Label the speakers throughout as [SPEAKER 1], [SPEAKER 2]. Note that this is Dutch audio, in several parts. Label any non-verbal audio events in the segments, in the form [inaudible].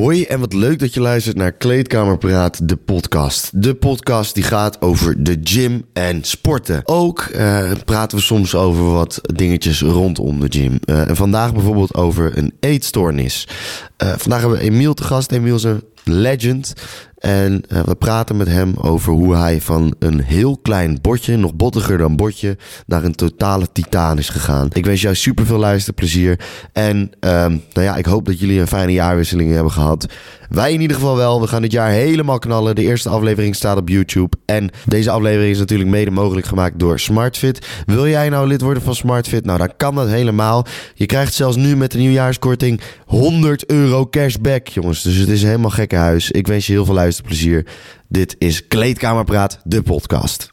[SPEAKER 1] Hoi en wat leuk dat je luistert naar Kleedkamerpraat, de podcast. De podcast die gaat over de gym en sporten. Ook eh, praten we soms over wat dingetjes rondom de gym. Eh, en vandaag bijvoorbeeld over een eetstoornis. Eh, vandaag hebben we Emiel te gast. Emiel is een legend. En eh, we praten met hem over hoe hij van een heel klein botje, nog bottiger dan botje, naar een totale titaan is gegaan. Ik wens jou super veel luisterplezier. En ehm, nou ja, ik hoop dat jullie een fijne jaarwisseling hebben gehad. Wij in ieder geval wel. We gaan dit jaar helemaal knallen. De eerste aflevering staat op YouTube. En deze aflevering is natuurlijk mede mogelijk gemaakt door SmartFit. Wil jij nou lid worden van SmartFit? Nou, dan kan dat helemaal. Je krijgt zelfs nu met de nieuwjaarskorting 100 euro cashback, jongens. Dus het is helemaal gekke huis. Ik wens je heel veel luisterplezier. Dit is Kleedkamerpraat, de podcast.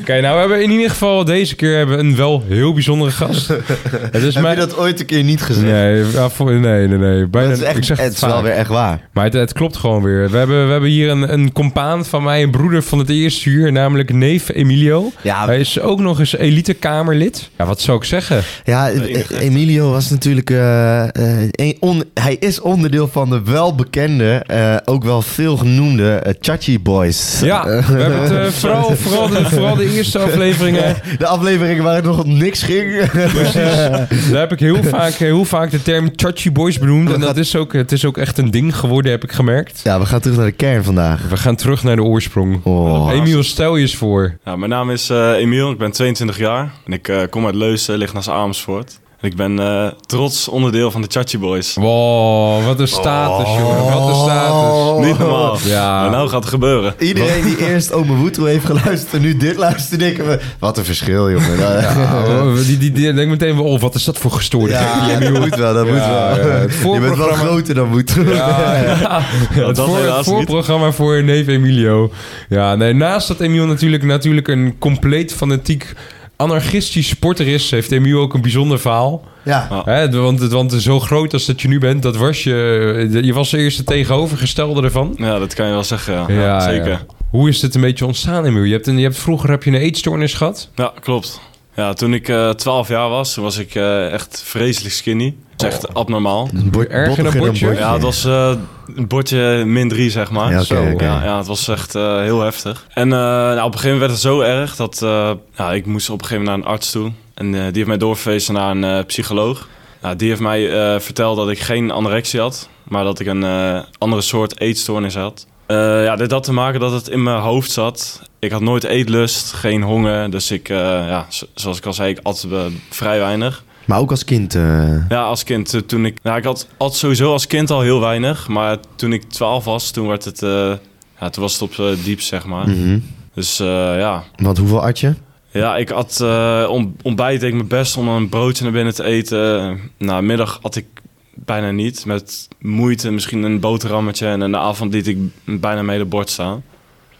[SPEAKER 2] Oké, nou we hebben in ieder geval deze keer hebben we een wel heel bijzondere
[SPEAKER 1] [laughs]
[SPEAKER 2] gast. Het is mijn...
[SPEAKER 1] dat ooit een keer niet gezien?
[SPEAKER 2] Nee, ja, voor- nee, nee, nee. Bijna,
[SPEAKER 1] dat is echt,
[SPEAKER 2] ik zeg
[SPEAKER 1] het
[SPEAKER 2] het,
[SPEAKER 1] is wel
[SPEAKER 2] vaak.
[SPEAKER 1] weer echt waar.
[SPEAKER 2] Maar het, het klopt gewoon weer. We hebben, we hebben hier een, een compaan van mij, een broeder van het eerste uur, namelijk neef Emilio.
[SPEAKER 1] Ja.
[SPEAKER 2] Hij is ook nog eens elitekamerlid. Ja, wat zou ik zeggen?
[SPEAKER 1] Ja, E- Emilio was natuurlijk... eh, eh, een on- hij is onderdeel van de welbekende, eh, ook wel veel genoemde eh, Chachi Boys. [laughs]
[SPEAKER 2] Ja, we hebben het eh, vooral, vooral, de, vooral de eerste afleveringen.
[SPEAKER 1] De afleveringen waar het nog om niks ging.
[SPEAKER 2] Daar heb ik heel vaak, eh, heel vaak de term Chachi Boys benoemd. En dat is ook, het is ook echt een ding geworden, heb ik gemerkt.
[SPEAKER 1] [laughs] ja, we gaan terug naar de kern vandaag.
[SPEAKER 2] We gaan terug naar de oorsprong.
[SPEAKER 1] Oh.
[SPEAKER 2] Emiel, stel je eens voor.
[SPEAKER 3] Ja, mijn naam is eh, Emiel, ik ben 22 jaar en ik eh, kom uit Leusden, lig naast Amersfoort. En ik ben eh, trots onderdeel van de Chachi Boys.
[SPEAKER 2] Wow, wat een status, jongen. Wat een status.
[SPEAKER 1] Oh.
[SPEAKER 3] Niet normaal.
[SPEAKER 2] Ja.
[SPEAKER 3] Maar nou gaat het gebeuren.
[SPEAKER 1] Iedereen [laughs] die eerst Ome Woetel heeft geluisterd en nu dit luistert, denken we... Wat een verschil, jongen. Ja,
[SPEAKER 2] Oh, die, die, die denk meteen wel, oh, wat is dat voor gestoorde gek?
[SPEAKER 1] [laughs] ja, dat moet wel, dat
[SPEAKER 2] Ja,
[SPEAKER 1] moet wel.
[SPEAKER 2] ja, het
[SPEAKER 1] Je bent wel
[SPEAKER 2] voorprogramma-
[SPEAKER 1] groter dan Woetel.
[SPEAKER 2] Ja, ja.
[SPEAKER 3] dat
[SPEAKER 2] Het, voor, het
[SPEAKER 3] helaas niet.
[SPEAKER 2] voorprogramma voor neef Emilio. Ja, nee, naast dat Emilio natuurlijk, natuurlijk een compleet fanatiek anarchistisch sporter is, heeft Emilio ook een bijzonder verhaal.
[SPEAKER 1] Ja.
[SPEAKER 3] Ja.
[SPEAKER 2] Hè, want, want zo groot als dat je nu bent, dat was je... Je was eerst het tegenovergestelde ervan.
[SPEAKER 3] Ja, dat kan je wel zeggen. Ja,
[SPEAKER 2] Ja,
[SPEAKER 3] Ja,
[SPEAKER 2] ja.
[SPEAKER 3] zeker.
[SPEAKER 2] Hoe is dit een beetje ontstaan, Emilio? Je hebt, een, je hebt, vroeger heb je een eetstoornis gehad.
[SPEAKER 3] Ja, klopt. Ja, toen ik eh 12 jaar was, toen was ik eh, echt vreselijk skinny. Dat is echt abnormaal.
[SPEAKER 1] Bord,
[SPEAKER 2] Erger dan
[SPEAKER 1] bottiger
[SPEAKER 2] bordje?
[SPEAKER 3] Ja, het was eh, een bordje min 3, zeg maar.
[SPEAKER 1] Ja, oké,
[SPEAKER 2] Zo,
[SPEAKER 1] oké.
[SPEAKER 3] Ja, ja, het was echt eh, heel heftig. En eh, nou, op een gegeven moment werd het zo erg dat eh, ja, ik moest op een gegeven moment naar een arts toe. En eh, die heeft mij doorverwezen naar een eh, psycholoog. Nou, die heeft mij eh, verteld dat ik geen anorexie had, maar dat ik een eh, andere soort eetstoornis had. Eh, ja, dit had te maken dat het in mijn hoofd zat. Ik had nooit eetlust, geen honger. Dus ik, eh, ja, z- zoals ik al zei, ik at eh, vrij weinig.
[SPEAKER 1] Maar ook als kind... eh,
[SPEAKER 3] Ja, als kind. eh, Toen ik, nou, ik had, had sowieso als kind al heel weinig. Maar toen ik 12 was, toen, werd het, eh, ja, toen was het op eh diep, zeg maar.
[SPEAKER 1] mhm.
[SPEAKER 3] Dus eh, ja.
[SPEAKER 1] Want hoeveel at je?
[SPEAKER 3] ja, ik had eh, on- ontbijt deed ik mijn best om een broodje naar binnen te eten. Na middag at ik bijna niet. Met moeite misschien een boterhammetje. En in de avond liet ik bijna mijn hele bord staan.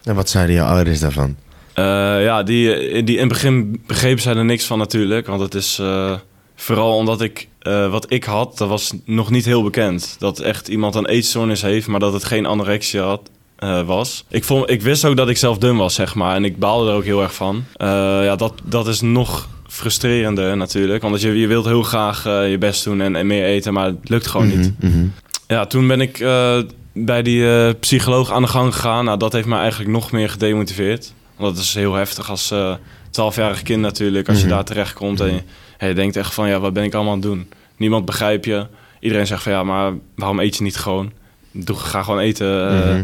[SPEAKER 1] En wat zeiden je ouders daarvan?
[SPEAKER 3] Eh, ja, die, eh, die in het begin begrepen zij er niks van natuurlijk. Want het is eh, vooral omdat ik eh, wat ik had, dat was nog niet heel bekend. Dat echt iemand een eetstoornis heeft, maar dat het geen anorexia had. eh, was. Ik, vond, ik wist ook dat ik zelf dun was, zeg maar. En ik baalde er ook heel erg van. Eh, ja, dat, dat is nog frustrerender natuurlijk. Want je, je wilt heel graag eh, je best doen en, en meer eten, maar het lukt gewoon niet.
[SPEAKER 1] Mhm, mhm.
[SPEAKER 3] Ja, toen ben ik eh, bij die eh, psycholoog aan de gang gegaan. Nou, dat heeft mij eigenlijk nog meer gedemotiveerd. Want dat is heel heftig als eh 12-jarig kind natuurlijk. Als
[SPEAKER 1] Mhm.
[SPEAKER 3] je daar terechtkomt en je, en je denkt echt van... ja, wat ben ik allemaal aan het doen? Niemand begrijpt je. Iedereen zegt van ja, maar waarom eet je niet gewoon? Doe, ga gewoon eten. eh,
[SPEAKER 1] Mhm.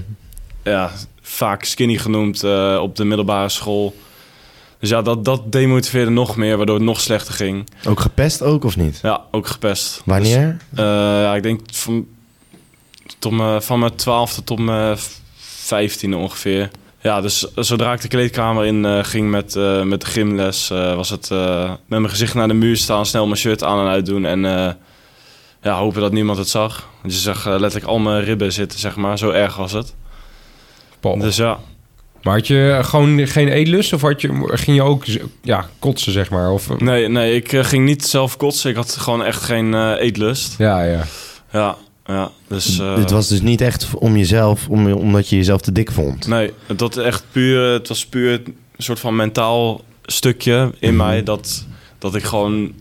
[SPEAKER 3] ja, vaak skinny genoemd eh, op de middelbare school. Dus ja, dat, dat demotiveerde nog meer, waardoor het nog slechter ging.
[SPEAKER 1] Ook gepest ook, of niet?
[SPEAKER 3] Ja, ook gepest. Dus-
[SPEAKER 1] Wanneer?
[SPEAKER 3] eh, ja, ik denk van, tot mijn, van mijn twaalfde tot mijn vijftiende ongeveer. Ja, dus zodra ik de kleedkamer in eh, ging met, eh, met de gymles, eh, was het eh, met mijn gezicht naar de muur staan, snel mijn shirt aan en uitdoen en eh, ja, hopen dat niemand het zag. Want je zag eh, letterlijk al mijn ribben zitten, zeg maar. Zo erg was het.
[SPEAKER 2] Paul.
[SPEAKER 3] Dus ja,
[SPEAKER 2] Maar had je gewoon geen eetlust of had je, ging je ook ja, kotsen, zeg maar? Of,
[SPEAKER 3] nee, nee ik eh, ging niet zelf kotsen. Ik had gewoon echt geen eh, eetlust.
[SPEAKER 2] ja, ja.
[SPEAKER 3] Ja, Ja, dus... eh,
[SPEAKER 1] Het was dus niet echt om jezelf, om, omdat je jezelf te dik vond.
[SPEAKER 3] Nee, dat echt puur, het was puur een soort van mentaal stukje in
[SPEAKER 1] Mhm.
[SPEAKER 3] mij dat, dat ik gewoon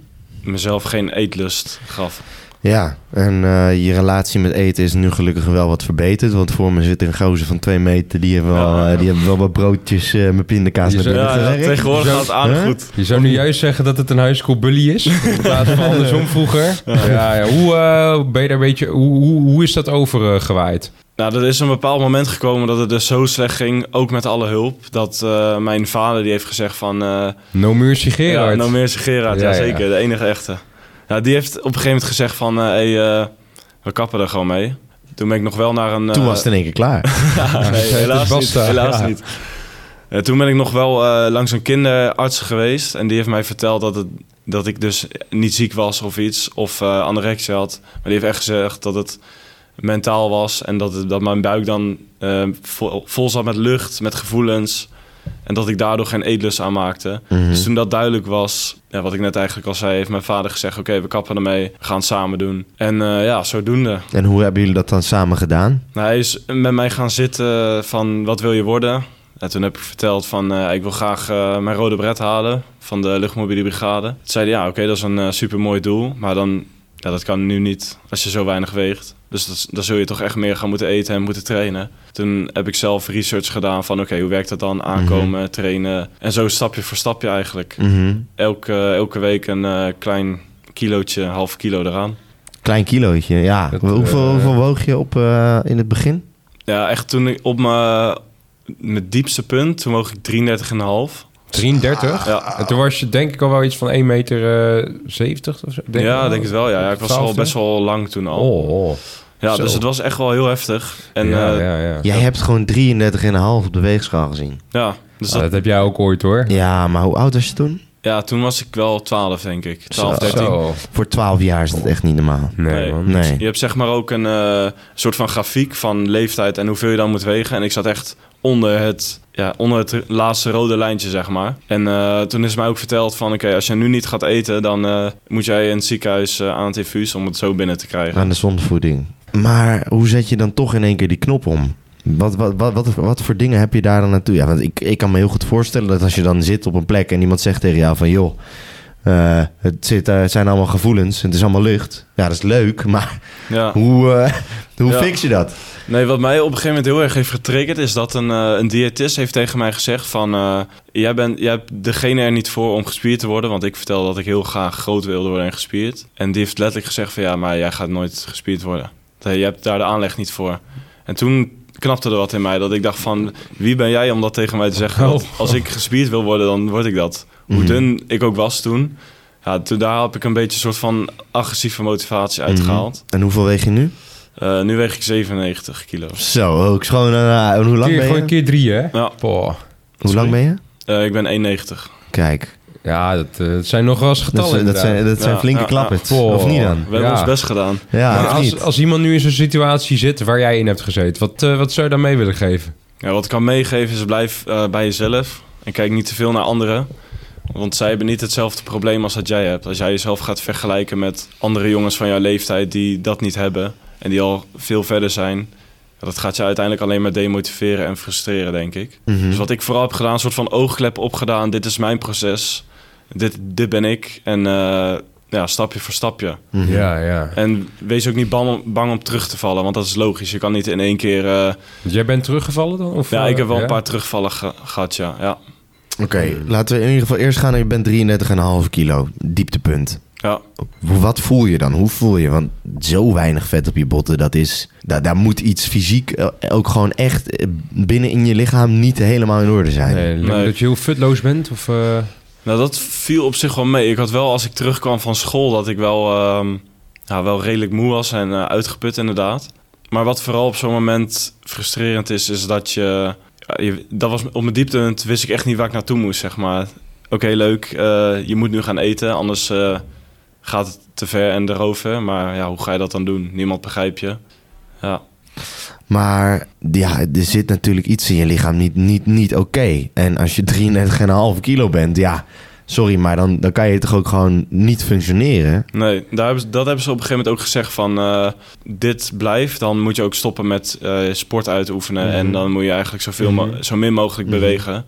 [SPEAKER 3] mezelf geen eetlust gaf.
[SPEAKER 1] Ja, en eh, je relatie met eten is nu gelukkig wel wat verbeterd. Want voor me zit een gozer van twee meter. Die hebben wel,
[SPEAKER 3] Ja.
[SPEAKER 1] eh, die hebben wel wat broodjes eh, met pindakaas
[SPEAKER 2] Je
[SPEAKER 1] met
[SPEAKER 2] zou-
[SPEAKER 1] binnen
[SPEAKER 3] Ja, ja,
[SPEAKER 1] gewerkt.
[SPEAKER 3] tegenwoordig
[SPEAKER 2] Zo-
[SPEAKER 3] gaat het aan
[SPEAKER 1] Huh?
[SPEAKER 3] goed.
[SPEAKER 2] Je zou nu juist zeggen dat het een high school bully is. In plaats van andersom vroeger. Ja, ja. Hoe, eh, ben je daar een beetje, hoe, hoe, hoe is dat eh, overgewaaid?
[SPEAKER 3] Nou, er is een bepaald moment gekomen dat het dus zo slecht ging, ook met alle hulp, dat eh, mijn vader die heeft gezegd van... eh,
[SPEAKER 2] no Mercy Gerard.
[SPEAKER 3] Ja, nou meer is Gerard,
[SPEAKER 2] Ja, ja.
[SPEAKER 3] ja, zeker. De enige echte. Ja, die heeft op een gegeven moment gezegd van... eh, hey, eh, we kappen er gewoon mee. Toen ben ik nog wel naar een...
[SPEAKER 1] Toen
[SPEAKER 3] eh,
[SPEAKER 1] was het in één keer
[SPEAKER 3] [laughs]
[SPEAKER 1] klaar.
[SPEAKER 3] Ja,
[SPEAKER 2] Het
[SPEAKER 3] nee,
[SPEAKER 2] is
[SPEAKER 3] helaas niet.
[SPEAKER 2] basta.
[SPEAKER 3] Helaas
[SPEAKER 2] Ja.
[SPEAKER 3] niet. Eh, toen ben ik nog wel eh, langs een kinderarts geweest. En die heeft mij verteld dat, het, dat ik dus niet ziek was of iets. Of eh anorexia had. Maar die heeft echt gezegd dat het mentaal was. En dat, het- dat mijn buik dan eh, vol, vol zat met lucht, met gevoelens. En dat ik daardoor geen eetlust aanmaakte.
[SPEAKER 1] Mhm.
[SPEAKER 3] Dus toen dat duidelijk was, ja, wat ik net eigenlijk al zei, heeft mijn vader gezegd: Oké, we kappen ermee, we gaan het samen doen. En eh, ja, zodoende.
[SPEAKER 1] En hoe hebben jullie dat dan samen gedaan?
[SPEAKER 3] Nou, hij is met mij gaan zitten van wat wil je worden? En toen heb ik verteld van eh, ik wil graag eh, mijn rode bret halen van de luchtmobiele brigade. Toen zei hij ja oké dat is een eh, supermooi doel, maar dan, ja, dat kan nu niet als je zo weinig weegt. Dus dat, is- dan zul je toch echt meer gaan moeten eten en moeten trainen. Toen heb ik zelf research gedaan van oké hoe werkt dat dan? Aankomen, trainen en zo stapje voor stapje eigenlijk.
[SPEAKER 1] Mhm.
[SPEAKER 3] Elke, elke week een eh, klein kilootje, half kilo eraan.
[SPEAKER 1] Klein kilootje, ja.
[SPEAKER 2] Dat,
[SPEAKER 1] hoeveel,
[SPEAKER 2] eh,
[SPEAKER 1] hoeveel woog je op eh, in het begin?
[SPEAKER 3] Ja, echt toen ik op mijn, mijn diepste punt, toen woog ik 33,5.
[SPEAKER 2] 33.
[SPEAKER 3] Ja,
[SPEAKER 2] En toen was je denk ik al wel iets van 1,70 meter eh, 70 of zo.
[SPEAKER 3] denk ja, denk het wel. Ja. Ja, ik was al
[SPEAKER 2] 12e?
[SPEAKER 3] best wel lang toen al.
[SPEAKER 2] Oh, oh.
[SPEAKER 3] ja,
[SPEAKER 2] zo.
[SPEAKER 3] dus het was echt wel heel heftig. En eh,
[SPEAKER 2] ja,
[SPEAKER 3] ja, ja.
[SPEAKER 2] ja, ja.
[SPEAKER 1] Jij hebt gewoon 33,5 op de weegschaal gezien.
[SPEAKER 3] dus
[SPEAKER 2] Ah,
[SPEAKER 3] dat,
[SPEAKER 2] dat heb jij ook ooit hoor.
[SPEAKER 1] Ja, maar hoe oud was je toen?
[SPEAKER 3] ja, toen was ik wel 12, denk ik. 12,
[SPEAKER 1] Zo.
[SPEAKER 3] 13.
[SPEAKER 2] Zo.
[SPEAKER 1] Voor 12 jaar is dat echt niet normaal.
[SPEAKER 2] Nee,
[SPEAKER 3] Nee.
[SPEAKER 2] man.
[SPEAKER 1] Nee.
[SPEAKER 3] Je hebt zeg maar ook een eh, soort van grafiek van leeftijd en hoeveel je dan moet wegen. En ik zat echt onder het, ja, onder het laatste rode lijntje, zeg maar. En eh, toen is mij ook verteld van, oké, als je nu niet gaat eten... dan eh, moet jij in het ziekenhuis eh, aan het infuus om het zo binnen te krijgen.
[SPEAKER 1] Aan de zonvoeding. Maar hoe zet je dan toch in één keer die knop om? Wat, wat, wat, wat, wat voor dingen heb je daar dan naartoe? Ja, want ik, ik kan me heel goed voorstellen dat als je dan zit op een plek en iemand zegt tegen jou van joh, eh, het, zit, eh, het zijn allemaal gevoelens, het is allemaal lucht. Ja, dat is leuk, [laughs] maar
[SPEAKER 3] Ja.
[SPEAKER 1] hoe, eh, hoe
[SPEAKER 3] Ja.
[SPEAKER 1] fix je dat?
[SPEAKER 3] Nee, wat mij op een gegeven moment heel erg heeft getriggerd... is dat een, eh, een diëtist heeft tegen mij gezegd van... eh, jij, bent, jij hebt degene er niet voor om gespierd te worden... want ik vertelde dat ik heel graag groot wilde worden en gespierd. En die heeft letterlijk gezegd van... ja, maar jij gaat nooit gespierd worden. Nee, Je hebt daar de aanleg niet voor. En toen knapte er wat in mij dat ik dacht van... wie ben jij om dat tegen mij te zeggen? Want als ik gespierd wil worden, dan word ik dat. Hoe
[SPEAKER 1] Mhm.
[SPEAKER 3] dun ik ook was toen... Ja, toen daar heb ik een beetje een soort van agressieve motivatie uitgehaald.
[SPEAKER 1] En hoeveel weeg je nu?
[SPEAKER 3] Eh, nu weeg ik 97 kilo.
[SPEAKER 1] Zo, ook schoon. eh, en hoe lang
[SPEAKER 2] Keer,
[SPEAKER 1] ben
[SPEAKER 2] gewoon
[SPEAKER 1] je?
[SPEAKER 2] keer drie, hè?
[SPEAKER 3] Ja.
[SPEAKER 2] Boah.
[SPEAKER 1] Hoe lang ben je?
[SPEAKER 3] Eh, ik ben 1,90.
[SPEAKER 1] Kijk,
[SPEAKER 2] Ja, dat, eh, dat zijn nog wel eens
[SPEAKER 1] dat,
[SPEAKER 2] getallen.
[SPEAKER 1] zijn- dat zijn, dat zijn
[SPEAKER 3] Ja,
[SPEAKER 1] flinke
[SPEAKER 3] ja,
[SPEAKER 1] klappers.
[SPEAKER 2] ja.
[SPEAKER 1] Of niet dan?
[SPEAKER 3] We hebben
[SPEAKER 2] Ja.
[SPEAKER 3] ons best gedaan.
[SPEAKER 1] Ja,
[SPEAKER 2] Maar
[SPEAKER 1] ah, of
[SPEAKER 2] als,
[SPEAKER 1] niet?
[SPEAKER 2] als iemand nu in zo'n situatie zit waar jij in hebt gezeten, wat, eh, wat zou je dan mee willen geven?
[SPEAKER 3] Ja, wat ik kan meegeven is blijf eh, bij jezelf. En kijk niet te veel naar anderen. Want zij hebben niet hetzelfde probleem als dat jij hebt. Als jij jezelf gaat vergelijken met andere jongens van jouw leeftijd die dat niet hebben. En die al veel verder zijn. ja, Dat gaat je uiteindelijk alleen maar demotiveren en frustreren, denk ik.
[SPEAKER 1] Mhm.
[SPEAKER 3] Dus wat ik vooral heb gedaan, een soort van oogklep opgedaan. Dit is mijn proces. Dit, dit ben ik. En eh, ja, stapje voor stapje.
[SPEAKER 1] Mhm.
[SPEAKER 2] Ja, ja.
[SPEAKER 3] En wees ook niet bang, bang om terug te vallen, want dat is logisch. Je kan niet in één keer... eh,
[SPEAKER 2] Want jij bent teruggevallen dan? Of,
[SPEAKER 3] ja,
[SPEAKER 2] eh,
[SPEAKER 3] ik heb wel een paar terugvallen ge- gehad, ja. ja.
[SPEAKER 1] Oké, laten we in ieder geval eerst gaan. naar- Je bent 33,5 kilo, dieptepunt.
[SPEAKER 3] ja.
[SPEAKER 1] Hoe- Wat voel je dan? Hoe voel je? Want zo weinig vet op je botten, dat is... Daar, daar moet iets fysiek eh, ook gewoon echt eh, binnen in je lichaam niet helemaal in orde zijn.
[SPEAKER 2] Nee,
[SPEAKER 3] Nee.
[SPEAKER 2] Dat je heel futloos bent? Of, eh,
[SPEAKER 3] Nou, dat viel op zich wel mee. Ik had wel, als ik terugkwam van school, dat ik wel, ehm, ja, wel redelijk moe was en eh, uitgeput inderdaad. Maar wat vooral op zo'n moment frustrerend is, is dat je... ja, je- dat was op mijn dieptepunt wist ik echt niet waar ik naartoe moest, zeg maar. Oké, leuk, eh, je moet nu gaan eten, anders eh, gaat het te ver en erover. Maar ja, hoe ga je dat dan doen? Niemand begrijpt je. Ja.
[SPEAKER 1] Maar ja, er zit natuurlijk iets in je lichaam niet, niet, niet oké. En als je 33,5 kilo bent, ja... Sorry, maar dan, dan kan je toch ook gewoon niet functioneren?
[SPEAKER 3] Nee, daar hebben ze, dat hebben ze op een gegeven moment ook gezegd van... eh, dit blijft, dan moet je ook stoppen met eh, sport uitoefenen.
[SPEAKER 1] Mhm.
[SPEAKER 3] En dan moet je eigenlijk zoveel mo-
[SPEAKER 1] Mhm.
[SPEAKER 3] zo min mogelijk
[SPEAKER 1] Mhm.
[SPEAKER 3] bewegen.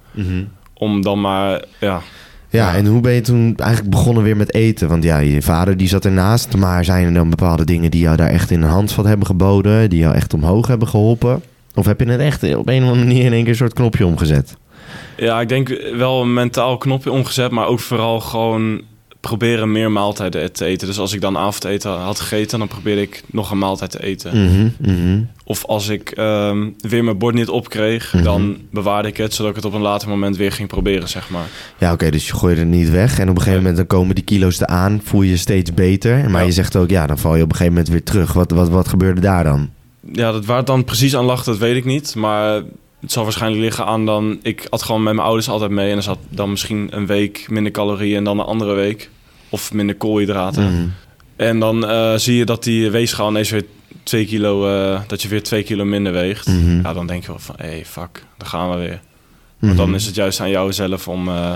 [SPEAKER 3] Om dan maar... Ja,
[SPEAKER 1] Ja,
[SPEAKER 3] Ja.
[SPEAKER 1] en hoe ben je toen eigenlijk begonnen weer met eten? Want ja, je vader die zat ernaast, maar zijn er dan bepaalde dingen die jou daar echt in de handvat hebben geboden? Die jou echt omhoog hebben geholpen? Of heb je het echt op een of andere manier in één keer een soort knopje omgezet?
[SPEAKER 3] ja ik denk wel een mentaal knopje omgezet. Maar ook vooral gewoon proberen meer maaltijden te eten. Dus als ik dan avondeten had gegeten... dan probeerde ik nog een maaltijd te eten.
[SPEAKER 1] Mhm, mhm.
[SPEAKER 3] Of als ik ehm, weer mijn bord niet opkreeg...
[SPEAKER 1] Mhm.
[SPEAKER 3] dan bewaarde ik het, zodat ik het op een later moment weer ging proberen, zeg maar.
[SPEAKER 1] Ja, oké, dus je gooit het niet weg. En op een gegeven moment dan komen die kilo's eraan, voel je je steeds beter. Maar
[SPEAKER 3] Ja.
[SPEAKER 1] je zegt ook, ja, dan val je op een gegeven moment weer terug. Wat, wat, wat gebeurde daar dan?
[SPEAKER 3] Ja, dat waar het dan precies aan lag, dat weet ik niet. Maar het zal waarschijnlijk liggen aan dan... Ik had gewoon met mijn ouders altijd mee. En er zat dan misschien een week minder calorieën en dan een andere week. Of minder koolhydraten.
[SPEAKER 1] Mhm.
[SPEAKER 3] En dan eh, zie je dat die weegschaal ineens weer 2 kilo... eh, dat je weer 2 kilo minder weegt.
[SPEAKER 1] Mhm.
[SPEAKER 3] Ja, dan denk je wel van... Hé, hey, fuck, daar gaan we weer. Maar
[SPEAKER 1] Mhm.
[SPEAKER 3] dan is het juist aan jou zelf om... eh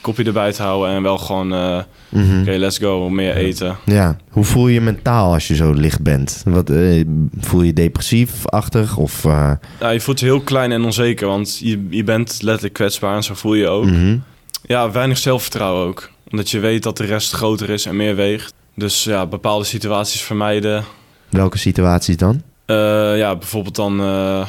[SPEAKER 3] kopje erbij te houden en wel gewoon... eh,
[SPEAKER 1] Mhm.
[SPEAKER 3] Oké, let's go. Meer eten.
[SPEAKER 1] Ja, hoe voel je je mentaal als je zo licht bent? Wat, eh, voel je je depressief-achtig? Of, eh,
[SPEAKER 3] Ja, je voelt je heel klein en onzeker, want je, je bent letterlijk kwetsbaar en zo voel je je ook.
[SPEAKER 1] mhm.
[SPEAKER 3] Ja, weinig zelfvertrouwen ook. Omdat je weet dat de rest groter is en meer weegt. Dus ja, bepaalde situaties vermijden.
[SPEAKER 1] Welke situaties dan?
[SPEAKER 3] Eh, ja, bijvoorbeeld dan... eh,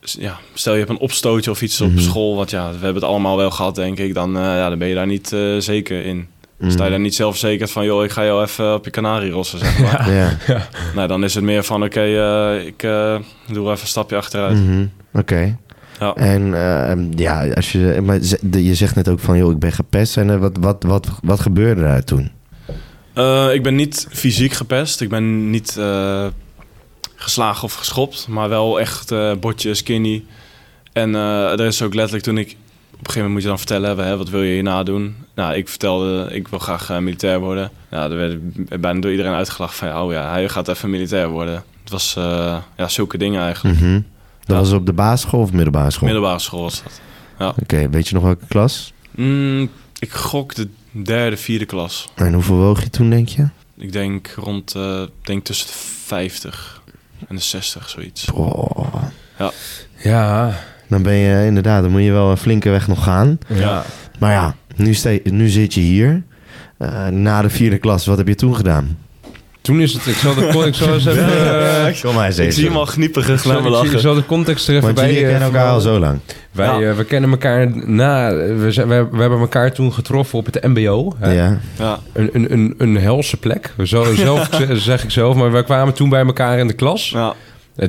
[SPEAKER 3] s- ja, stel je hebt een opstootje of iets
[SPEAKER 1] Mhm.
[SPEAKER 3] op school. Want ja, we hebben het allemaal wel gehad, denk ik. Dan, eh, ja, dan ben je daar niet eh, zeker in.
[SPEAKER 1] Mhm.
[SPEAKER 3] Sta je daar niet zelfverzekerd van... joh, ik ga jou even op je kanarie rossen,
[SPEAKER 1] [laughs]
[SPEAKER 3] zeg maar.
[SPEAKER 1] Mhm.
[SPEAKER 3] [laughs]
[SPEAKER 1] Ja.
[SPEAKER 3] nou, dan is het meer van... oké, eh, ik eh, doe even een stapje achteruit.
[SPEAKER 1] Mhm, Oké.
[SPEAKER 3] Ja.
[SPEAKER 1] En eh, ja, als je, maar ze- de- je zegt net ook van, joh, ik ben gepest. En eh, wat, wat, wat, wat gebeurde daar toen?
[SPEAKER 3] Eh, ik ben niet fysiek gepest. Ik ben niet eh, geslagen of geschopt. Maar wel echt eh botje, skinny. En eh, er is ook letterlijk toen ik... Op een gegeven moment moet je dan vertellen hebben, hè, wat wil je hierna doen? Nou, ik vertelde, ik wil graag eh, militair worden. Nou, er werd bijna door iedereen uitgelachen van, ja, oh ja, hij gaat even militair worden. Het was, eh, ja, zulke dingen eigenlijk.
[SPEAKER 1] Mhm. Dat
[SPEAKER 3] Ja.
[SPEAKER 1] was op de basisschool of middelbare school?
[SPEAKER 3] Middelbare school was dat.
[SPEAKER 1] Oké, weet je nog welke klas?
[SPEAKER 3] Mm, ik gok de derde, vierde klas.
[SPEAKER 1] En hoeveel woog je toen, denk je?
[SPEAKER 3] Ik denk rond, eh, ik denk tussen de 50 en de 60, zoiets.
[SPEAKER 1] Oh.
[SPEAKER 2] Ja.
[SPEAKER 1] Dan ben je eh, inderdaad, dan moet je wel een flinke weg nog gaan.
[SPEAKER 2] Ja.
[SPEAKER 1] Maar ja, nu, ste- nu zit je hier. Eh, na de vierde klas, wat heb je toen gedaan?
[SPEAKER 2] Toen is het... Ik zal de, ik
[SPEAKER 3] [laughs]
[SPEAKER 2] zal eens even... eh,
[SPEAKER 1] [laughs] Kom maar eens
[SPEAKER 3] Ik zie hem al knieperig
[SPEAKER 2] ik
[SPEAKER 3] glimlachen.
[SPEAKER 2] zal- ik zal de context er even
[SPEAKER 1] Want
[SPEAKER 2] bij...
[SPEAKER 1] jullie
[SPEAKER 2] eh,
[SPEAKER 1] kennen elkaar al zo lang.
[SPEAKER 2] Wij,
[SPEAKER 3] Ja.
[SPEAKER 2] eh, we kennen elkaar na... We, zijn, we, we hebben elkaar toen getroffen op het mbo. hè.
[SPEAKER 1] Ja.
[SPEAKER 3] Ja,
[SPEAKER 2] Een, een, een, een helse plek. Zo, zelf, [laughs] zeg ik zelf. Maar we kwamen toen bij elkaar in de klas.
[SPEAKER 3] ja,
[SPEAKER 2] En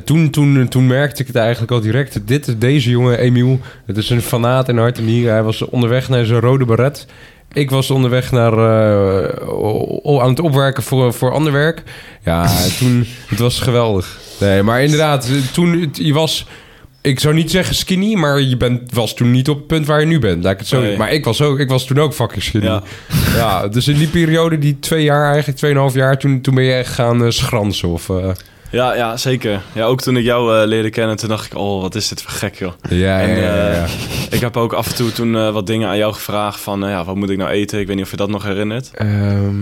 [SPEAKER 2] Eh, toen, toen, toen merkte ik het eigenlijk al direct. Dit, deze jongen, Emiel, het is een fanaat in hart en nieren. Hij was onderweg naar zijn rode baret. Ik was onderweg naar, eh, o- o- aan het opwerken voor, voor ander werk. Ja, [laughs] toen, het was geweldig. Nee, maar inderdaad, toen, het- je was... Ik zou niet zeggen skinny, maar je bent, was toen niet op het punt waar je nu bent. Laat ik het zo.
[SPEAKER 3] Nee.
[SPEAKER 2] Maar ik was, ook, ik was toen ook fucking skinny.
[SPEAKER 3] ja.
[SPEAKER 2] [laughs] Ja. dus in die periode, die twee jaar eigenlijk, tweeënhalf jaar... toen, toen ben je echt gaan eh, schransen of... eh,
[SPEAKER 3] ja, ja zeker. Ja, ook toen ik jou eh, leerde kennen, toen dacht ik, oh, wat is dit voor gek, joh.
[SPEAKER 2] ja,
[SPEAKER 3] En,
[SPEAKER 2] ja, ja, ja.
[SPEAKER 3] Ik heb ook af en toe toen eh, wat dingen aan jou gevraagd van, eh, ja, wat moet ik nou eten? Ik weet niet of je dat nog herinnert.
[SPEAKER 2] Ehm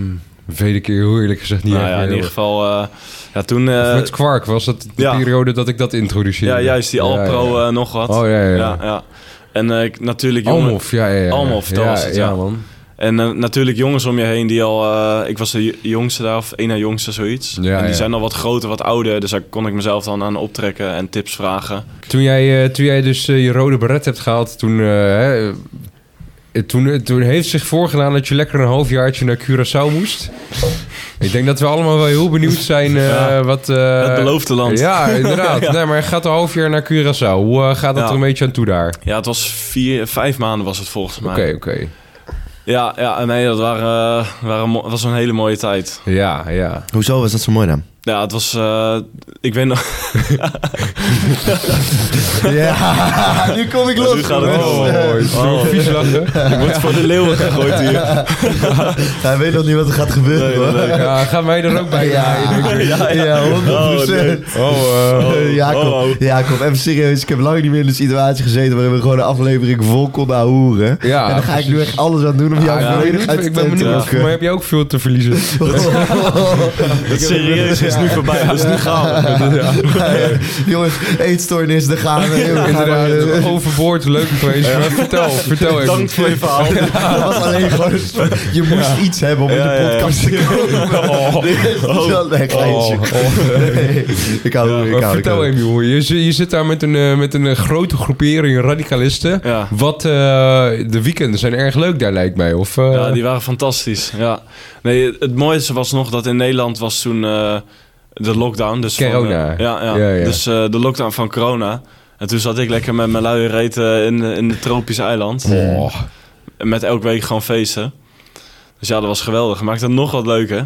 [SPEAKER 2] weet ik heel eerlijk gezegd niet
[SPEAKER 3] nou
[SPEAKER 2] echt
[SPEAKER 3] ja,
[SPEAKER 2] meer,
[SPEAKER 3] in ieder
[SPEAKER 2] hoor.
[SPEAKER 3] geval, eh, ja, toen, eh,
[SPEAKER 2] Of met Quark was dat de
[SPEAKER 3] ja.
[SPEAKER 2] periode dat ik dat introduceerde.
[SPEAKER 3] ja, juist die
[SPEAKER 2] Ja,
[SPEAKER 3] Alpro
[SPEAKER 2] ja.
[SPEAKER 3] eh, nog wat.
[SPEAKER 2] oh ja, ja.
[SPEAKER 3] ja,
[SPEAKER 2] ja.
[SPEAKER 3] ja. En eh, natuurlijk, jongen,
[SPEAKER 2] Almof, ja, ja, ja.
[SPEAKER 3] Almof, dat
[SPEAKER 2] ja,
[SPEAKER 3] was het, ja.
[SPEAKER 2] man.
[SPEAKER 3] En eh, natuurlijk jongens om je heen die al... eh, ik was de j- jongste daar, of één na jongste, zoiets.
[SPEAKER 2] Ja,
[SPEAKER 3] en die
[SPEAKER 2] ja.
[SPEAKER 3] zijn al wat groter, wat ouder. Dus daar kon ik mezelf dan aan optrekken en tips vragen.
[SPEAKER 2] Toen jij, eh, toen jij dus eh, je rode beret hebt gehaald, toen, eh, hè, eh, toen, eh, toen heeft zich voorgedaan dat je lekker een halfjaartje naar Curaçao moest. Ik denk dat we allemaal wel heel benieuwd zijn eh,
[SPEAKER 3] [laughs] Ja.
[SPEAKER 2] wat... eh,
[SPEAKER 3] het beloofde land. [laughs] Ja. Nou.
[SPEAKER 2] Ja, inderdaad. Nee, maar gaat een half jaar naar Curaçao. Hoe eh, gaat dat
[SPEAKER 3] Ja.
[SPEAKER 2] er een beetje aan toe daar?
[SPEAKER 3] het was vier, vijf maanden was het volgens mij.
[SPEAKER 2] Oké, oké.
[SPEAKER 3] Ja, ja, nee, dat waren, eh, waren, mo- was een hele mooie tijd.
[SPEAKER 2] Ja, ja.
[SPEAKER 1] Hoezo was dat zo mooi dan?
[SPEAKER 3] Ja, het was... eh, ik weet nog... [laughs]
[SPEAKER 1] Ja, [laughs] nu kom ik los.
[SPEAKER 3] Nu gaat het
[SPEAKER 1] jongens.
[SPEAKER 3] los.
[SPEAKER 1] Eh,
[SPEAKER 2] Oh, zo vies lachen.
[SPEAKER 3] Ik word voor de leeuwen gegooid hier.
[SPEAKER 1] Hij weet nog niet wat er gaat gebeuren,
[SPEAKER 3] Nee, nee,
[SPEAKER 1] hoor.
[SPEAKER 3] nee.
[SPEAKER 2] Ja, gaan wij er ook bij?
[SPEAKER 1] Ja,
[SPEAKER 2] draaien, denk ik.
[SPEAKER 1] ja, ja, 100%.
[SPEAKER 2] Oh, eh,
[SPEAKER 1] [laughs] Eh, Jacob,
[SPEAKER 3] oh, oh.
[SPEAKER 1] Jacob, even serieus. Ik heb lang niet meer in een situatie gezeten waarin we gewoon een aflevering vol konden hoeren.
[SPEAKER 2] Ja,
[SPEAKER 1] en dan ga ik nu
[SPEAKER 2] precies.
[SPEAKER 1] echt alles aan doen om jou
[SPEAKER 2] ja, ik ben
[SPEAKER 1] volledig
[SPEAKER 2] benieuwd,
[SPEAKER 1] uit de
[SPEAKER 2] ik ben
[SPEAKER 1] tent te
[SPEAKER 2] benieuwd.
[SPEAKER 1] lokken.
[SPEAKER 2] Maar heb je ook veel te
[SPEAKER 1] [laughs]
[SPEAKER 2] verliezen?
[SPEAKER 3] Het serieus is nu voorbij, dus nu gaan we.
[SPEAKER 2] Ja,
[SPEAKER 1] Jongens, eetstoornis, daar gaan we. We gaan
[SPEAKER 2] inderdaad.
[SPEAKER 1] maar-
[SPEAKER 2] Overboord, leuk geweest. Maar vertel, vertel even.
[SPEAKER 3] Dank voor je verhaal.
[SPEAKER 1] [laughs] Dat was alleen
[SPEAKER 2] [laughs]
[SPEAKER 1] gewoon... een soort- Je moest iets hebben om in
[SPEAKER 3] Ja, ja,
[SPEAKER 1] de
[SPEAKER 3] ja.
[SPEAKER 1] podcast te komen.
[SPEAKER 2] Oh, oh,
[SPEAKER 1] [laughs] Oh. Nee,
[SPEAKER 2] oh.
[SPEAKER 1] geintje. Nee, ik hou er, ik
[SPEAKER 2] Maar
[SPEAKER 1] hou ik
[SPEAKER 2] vertel
[SPEAKER 1] hou.
[SPEAKER 2] Emiel, je, zi- je zit daar met een, eh, met een eh, grote groepering radicalisten.
[SPEAKER 3] Ja.
[SPEAKER 2] Wat, eh, de weekenden zijn erg leuk daar lijkt mij. Of, eh,
[SPEAKER 3] Ja, die waren fantastisch. Ja. Nee, het mooiste was nog dat in Nederland was toen eh, de lockdown. Dus van,
[SPEAKER 2] Corona.
[SPEAKER 3] eh, ja, ja.
[SPEAKER 2] Ja, ja.
[SPEAKER 3] Dus eh, de lockdown van corona. En toen zat ik lekker met mijn luie reet eh, in, in het tropische eiland.
[SPEAKER 2] Oh.
[SPEAKER 3] Met elke week gewoon feesten. Dus ja, dat was geweldig. Maakt het nog wat
[SPEAKER 2] [laughs]
[SPEAKER 3] leuker.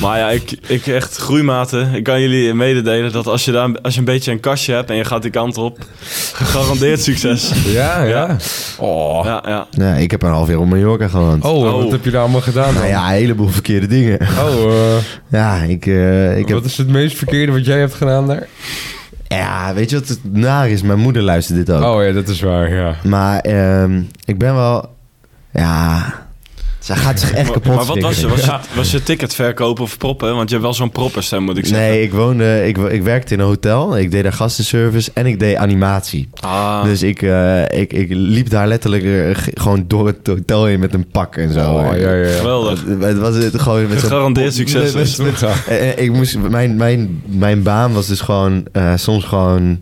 [SPEAKER 3] Maar ja, ik, ik echt groeimaten. Ik kan jullie mededelen dat als je, daar, als je een beetje een kastje hebt en je gaat die kant op, gegarandeerd succes.
[SPEAKER 2] [laughs] Ja, ja. Oh,
[SPEAKER 3] Ja, ja.
[SPEAKER 1] Nee, ik heb een half jaar op Mallorca gewoond.
[SPEAKER 2] oh, wat
[SPEAKER 3] Oh.
[SPEAKER 2] heb je daar allemaal gedaan?
[SPEAKER 1] Nou
[SPEAKER 2] dan?
[SPEAKER 1] ja, een heleboel verkeerde dingen.
[SPEAKER 2] Oh, eh,
[SPEAKER 1] Ja, ik, eh, ik heb
[SPEAKER 2] wat is het meest verkeerde wat jij hebt gedaan daar?
[SPEAKER 1] Ja, weet je wat het naar is? Mijn moeder luistert dit ook.
[SPEAKER 2] Oh ja, dat is waar, ja.
[SPEAKER 1] Maar ehm, ik ben wel... Ja... Zij gaat zich echt
[SPEAKER 3] Maar,
[SPEAKER 1] kapot
[SPEAKER 3] maar wat was je?
[SPEAKER 1] schrikken.
[SPEAKER 3] Was
[SPEAKER 1] [laughs]
[SPEAKER 3] je, was je ticket verkopen of proppen? Want je hebt wel zo'n propperstem, moet ik zeggen.
[SPEAKER 1] Nee, ik woonde... Ik, ik werkte in een hotel. Ik deed daar gastenservice en ik deed animatie.
[SPEAKER 3] Ah,
[SPEAKER 1] Dus ik, eh, ik, ik liep daar letterlijk eh, g- gewoon door het hotel heen met een pak en zo.
[SPEAKER 2] Oh, ja, ja, ja.
[SPEAKER 3] geweldig.
[SPEAKER 1] Het, het was het gewoon [laughs] met zo'n-
[SPEAKER 3] Gegarandeerd
[SPEAKER 1] [laughs]
[SPEAKER 3] succes. dus.
[SPEAKER 1] met- met-
[SPEAKER 2] Ja.
[SPEAKER 1] Eh, eh, ik moest, mijn, mijn, mijn baan was dus gewoon eh, soms gewoon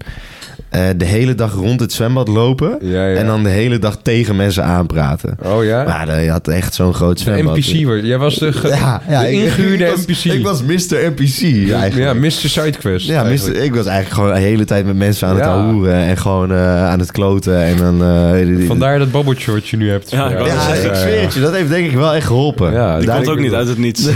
[SPEAKER 1] eh, de hele dag rond het zwembad lopen.
[SPEAKER 2] Ja, ja.
[SPEAKER 1] En dan de hele dag tegen mensen aanpraten.
[SPEAKER 2] Oh ja?
[SPEAKER 1] Maar eh, je had echt zo'n groot
[SPEAKER 2] de
[SPEAKER 1] zwembad.
[SPEAKER 2] NPC. wordt- Jij was de, ge-
[SPEAKER 1] Ja, ja
[SPEAKER 2] de
[SPEAKER 1] ik-
[SPEAKER 2] ingehuurde
[SPEAKER 1] ik was-
[SPEAKER 2] NPC.
[SPEAKER 1] Ik was Mr. NPC eigenlijk.
[SPEAKER 2] Ja, Mr. Sidequest.
[SPEAKER 1] Ja,
[SPEAKER 2] eigenlijk.
[SPEAKER 1] mister, ik was eigenlijk gewoon de hele tijd met mensen aan het
[SPEAKER 2] Ja.
[SPEAKER 1] ahoeren en gewoon eh, aan het kloten. En dan, eh,
[SPEAKER 2] Vandaar dat babbeltje wat je nu hebt.
[SPEAKER 3] Ja, ik wou
[SPEAKER 1] Ja,
[SPEAKER 3] dat
[SPEAKER 1] ik zweer het je, dat heeft denk ik wel echt geholpen.
[SPEAKER 2] Ja,
[SPEAKER 3] die
[SPEAKER 1] Daar-
[SPEAKER 3] komt ook niet
[SPEAKER 1] [laughs]
[SPEAKER 3] uit het niets.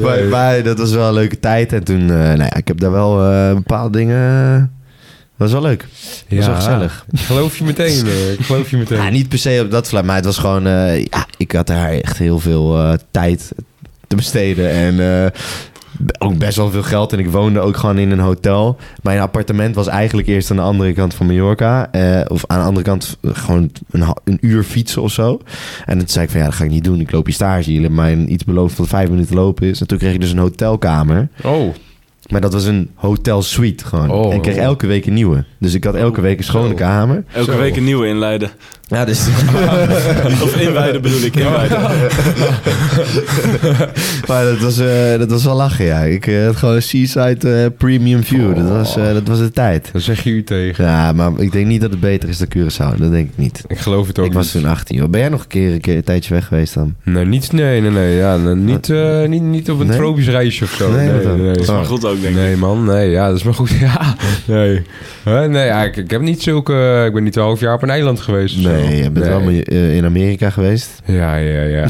[SPEAKER 1] maar, maar dat was wel een leuke tijd. En toen, eh, nou ja, ik heb daar wel eh, bepaalde dingen... Dat was wel leuk.
[SPEAKER 2] Ja.
[SPEAKER 1] Dat was wel gezellig.
[SPEAKER 2] Ik geloof je meteen. eh, Ik geloof je meteen.
[SPEAKER 1] Ja, niet per se op dat vlak, maar het was gewoon... eh, ja, ik had daar echt heel veel eh, tijd te besteden. En eh, be- ook best wel veel geld. En ik woonde ook gewoon in een hotel. Mijn appartement was eigenlijk eerst aan de andere kant van Mallorca. eh, of aan de andere kant eh, gewoon een, ha- een uur fietsen of zo. En toen zei ik van ja, dat ga ik niet doen. Ik loop hier stage. Jullie hebben mij iets beloofd dat vijf minuten lopen is. En toen kreeg ik dus een hotelkamer.
[SPEAKER 2] Oh,
[SPEAKER 1] Maar dat was een hotel suite gewoon.
[SPEAKER 2] Oh.
[SPEAKER 1] en ik kreeg elke week een nieuwe. Dus ik had elke week een schone
[SPEAKER 2] Zo.
[SPEAKER 1] kamer.
[SPEAKER 3] Elke
[SPEAKER 2] Zo.
[SPEAKER 3] week een nieuwe
[SPEAKER 1] [laughs]
[SPEAKER 3] inleiden.
[SPEAKER 1] Ja, dus...
[SPEAKER 3] Of inwijden bedoel ik, inwijden.
[SPEAKER 1] [laughs] Maar dat was, eh, dat was wel lachen, ja. Ik eh, had gewoon een Seaside eh, Premium View. Dat, was, eh, dat was de tijd.
[SPEAKER 2] dan zeg je u tegen.
[SPEAKER 1] Ja, maar ik denk niet dat het beter is dan Curaçao. Dat denk ik niet.
[SPEAKER 2] Ik geloof het ook
[SPEAKER 1] Ik was
[SPEAKER 2] niet.
[SPEAKER 1] toen 18. joh. Ben jij nog een keer een, keer een tijdje weg geweest dan?
[SPEAKER 2] Nee, niet, nee, nee, nee. Ja, nee, niet, eh, niet, niet op een
[SPEAKER 1] Nee?
[SPEAKER 2] tropisch reisje of zo.
[SPEAKER 1] Nee, wat dan?
[SPEAKER 2] nee.
[SPEAKER 3] Maar goed ook, denk ik.
[SPEAKER 2] Nee, man. Nee, ja, dat is maar goed. [laughs] Ja, nee. Hè, Nee, ja, ik, ik heb niet zulke... Ik ben niet een half jaar op een eiland geweest. of zo.
[SPEAKER 1] Nee, je bent wel met- eh, in Amerika geweest.
[SPEAKER 2] Ja, ja, ja.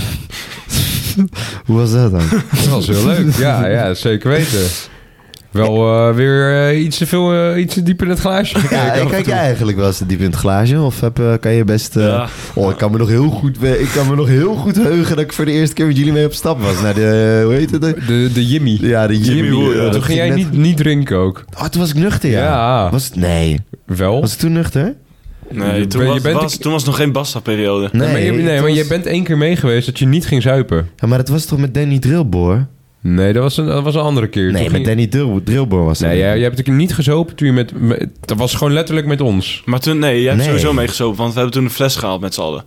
[SPEAKER 1] Hoe was dat dan?
[SPEAKER 2] Dat was heel leuk. Ja, ja, zeker weten. Wel eh, weer eh, iets te veel, eh, iets te diep in het glaasje gekeken.
[SPEAKER 1] Ja,
[SPEAKER 2] af en
[SPEAKER 1] kijk
[SPEAKER 2] toe.
[SPEAKER 1] jij eigenlijk wel eens te diep in het glaasje? Of heb, eh, kan je best... eh,
[SPEAKER 3] Ja.
[SPEAKER 1] Oh, ik kan, me nog heel goed, we- ik kan me nog heel goed heugen dat ik voor de eerste keer met jullie mee op stap was. Naar de... eh, Hoe heet het?
[SPEAKER 2] De, de Jimmy.
[SPEAKER 1] Ja, de Jimmy.
[SPEAKER 3] Jimmy
[SPEAKER 1] eh,
[SPEAKER 3] Woo, ja. Toen
[SPEAKER 2] Toen
[SPEAKER 1] dat
[SPEAKER 2] ging jij
[SPEAKER 1] net-
[SPEAKER 2] niet, niet drinken ook.
[SPEAKER 1] Oh, toen was ik nuchter, ja.
[SPEAKER 2] Ja.
[SPEAKER 1] Was het... Nee.
[SPEAKER 2] Wel?
[SPEAKER 1] Was ik toen nuchter?
[SPEAKER 3] Nee, toen,
[SPEAKER 2] Je
[SPEAKER 3] was,
[SPEAKER 2] bent-
[SPEAKER 3] was- toen was nog geen Basta-periode.
[SPEAKER 2] Nee, maar, je, nee,
[SPEAKER 1] het
[SPEAKER 2] maar
[SPEAKER 1] was-
[SPEAKER 2] je bent één keer mee geweest dat je niet ging zuipen.
[SPEAKER 1] Ja, maar dat was toch met Danny Drillboor?
[SPEAKER 2] Nee, dat was een, dat was een andere keer.
[SPEAKER 1] Nee,
[SPEAKER 2] Toen
[SPEAKER 1] met
[SPEAKER 2] ging-
[SPEAKER 1] Danny Drill, Drillboor was dat.
[SPEAKER 2] Nee, jij, jij hebt natuurlijk niet gezopen toen je met, met- Dat was gewoon letterlijk met ons.
[SPEAKER 3] Maar toen, nee, jij hebt
[SPEAKER 1] Nee.
[SPEAKER 3] sowieso meegezopen, want we hebben toen een fles gehaald met z'n allen.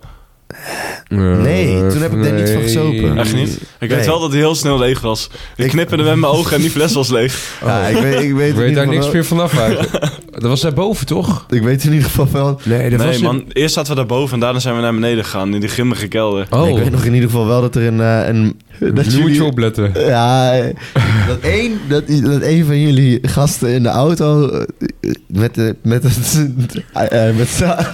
[SPEAKER 2] Eh,
[SPEAKER 1] Nee, toen heb ik daar niet van gezopen.
[SPEAKER 3] Echt niet? Ik
[SPEAKER 1] Nee.
[SPEAKER 3] weet wel dat hij heel snel leeg was. Ik
[SPEAKER 1] Ik-
[SPEAKER 3] knipperde met mijn ogen en die fles was
[SPEAKER 1] [laughs]
[SPEAKER 3] leeg.
[SPEAKER 1] Ja, Ah, ik weet, ik weet,
[SPEAKER 2] [laughs] Ik
[SPEAKER 1] in
[SPEAKER 2] weet
[SPEAKER 1] ieder
[SPEAKER 2] daar
[SPEAKER 1] geval
[SPEAKER 2] niks
[SPEAKER 1] wel-
[SPEAKER 2] meer vanaf uit.
[SPEAKER 3] [laughs]
[SPEAKER 2] Dat was daarboven, toch?
[SPEAKER 1] Ik weet in ieder geval wel...
[SPEAKER 2] Nee, dat
[SPEAKER 3] Nee, man. Eerst zaten we daarboven en daarna zijn we naar beneden gegaan. In die grimmige kelder.
[SPEAKER 2] Oh,
[SPEAKER 1] Ik weet nog in ieder geval wel dat er een... eh, een [laughs] dat
[SPEAKER 2] nu moet je
[SPEAKER 1] jullie-
[SPEAKER 2] opletten.
[SPEAKER 1] Ja, eh, dat één, dat, dat één van jullie gasten in de auto eh, eh, met, de, met het... [laughs] eh, eh, met za-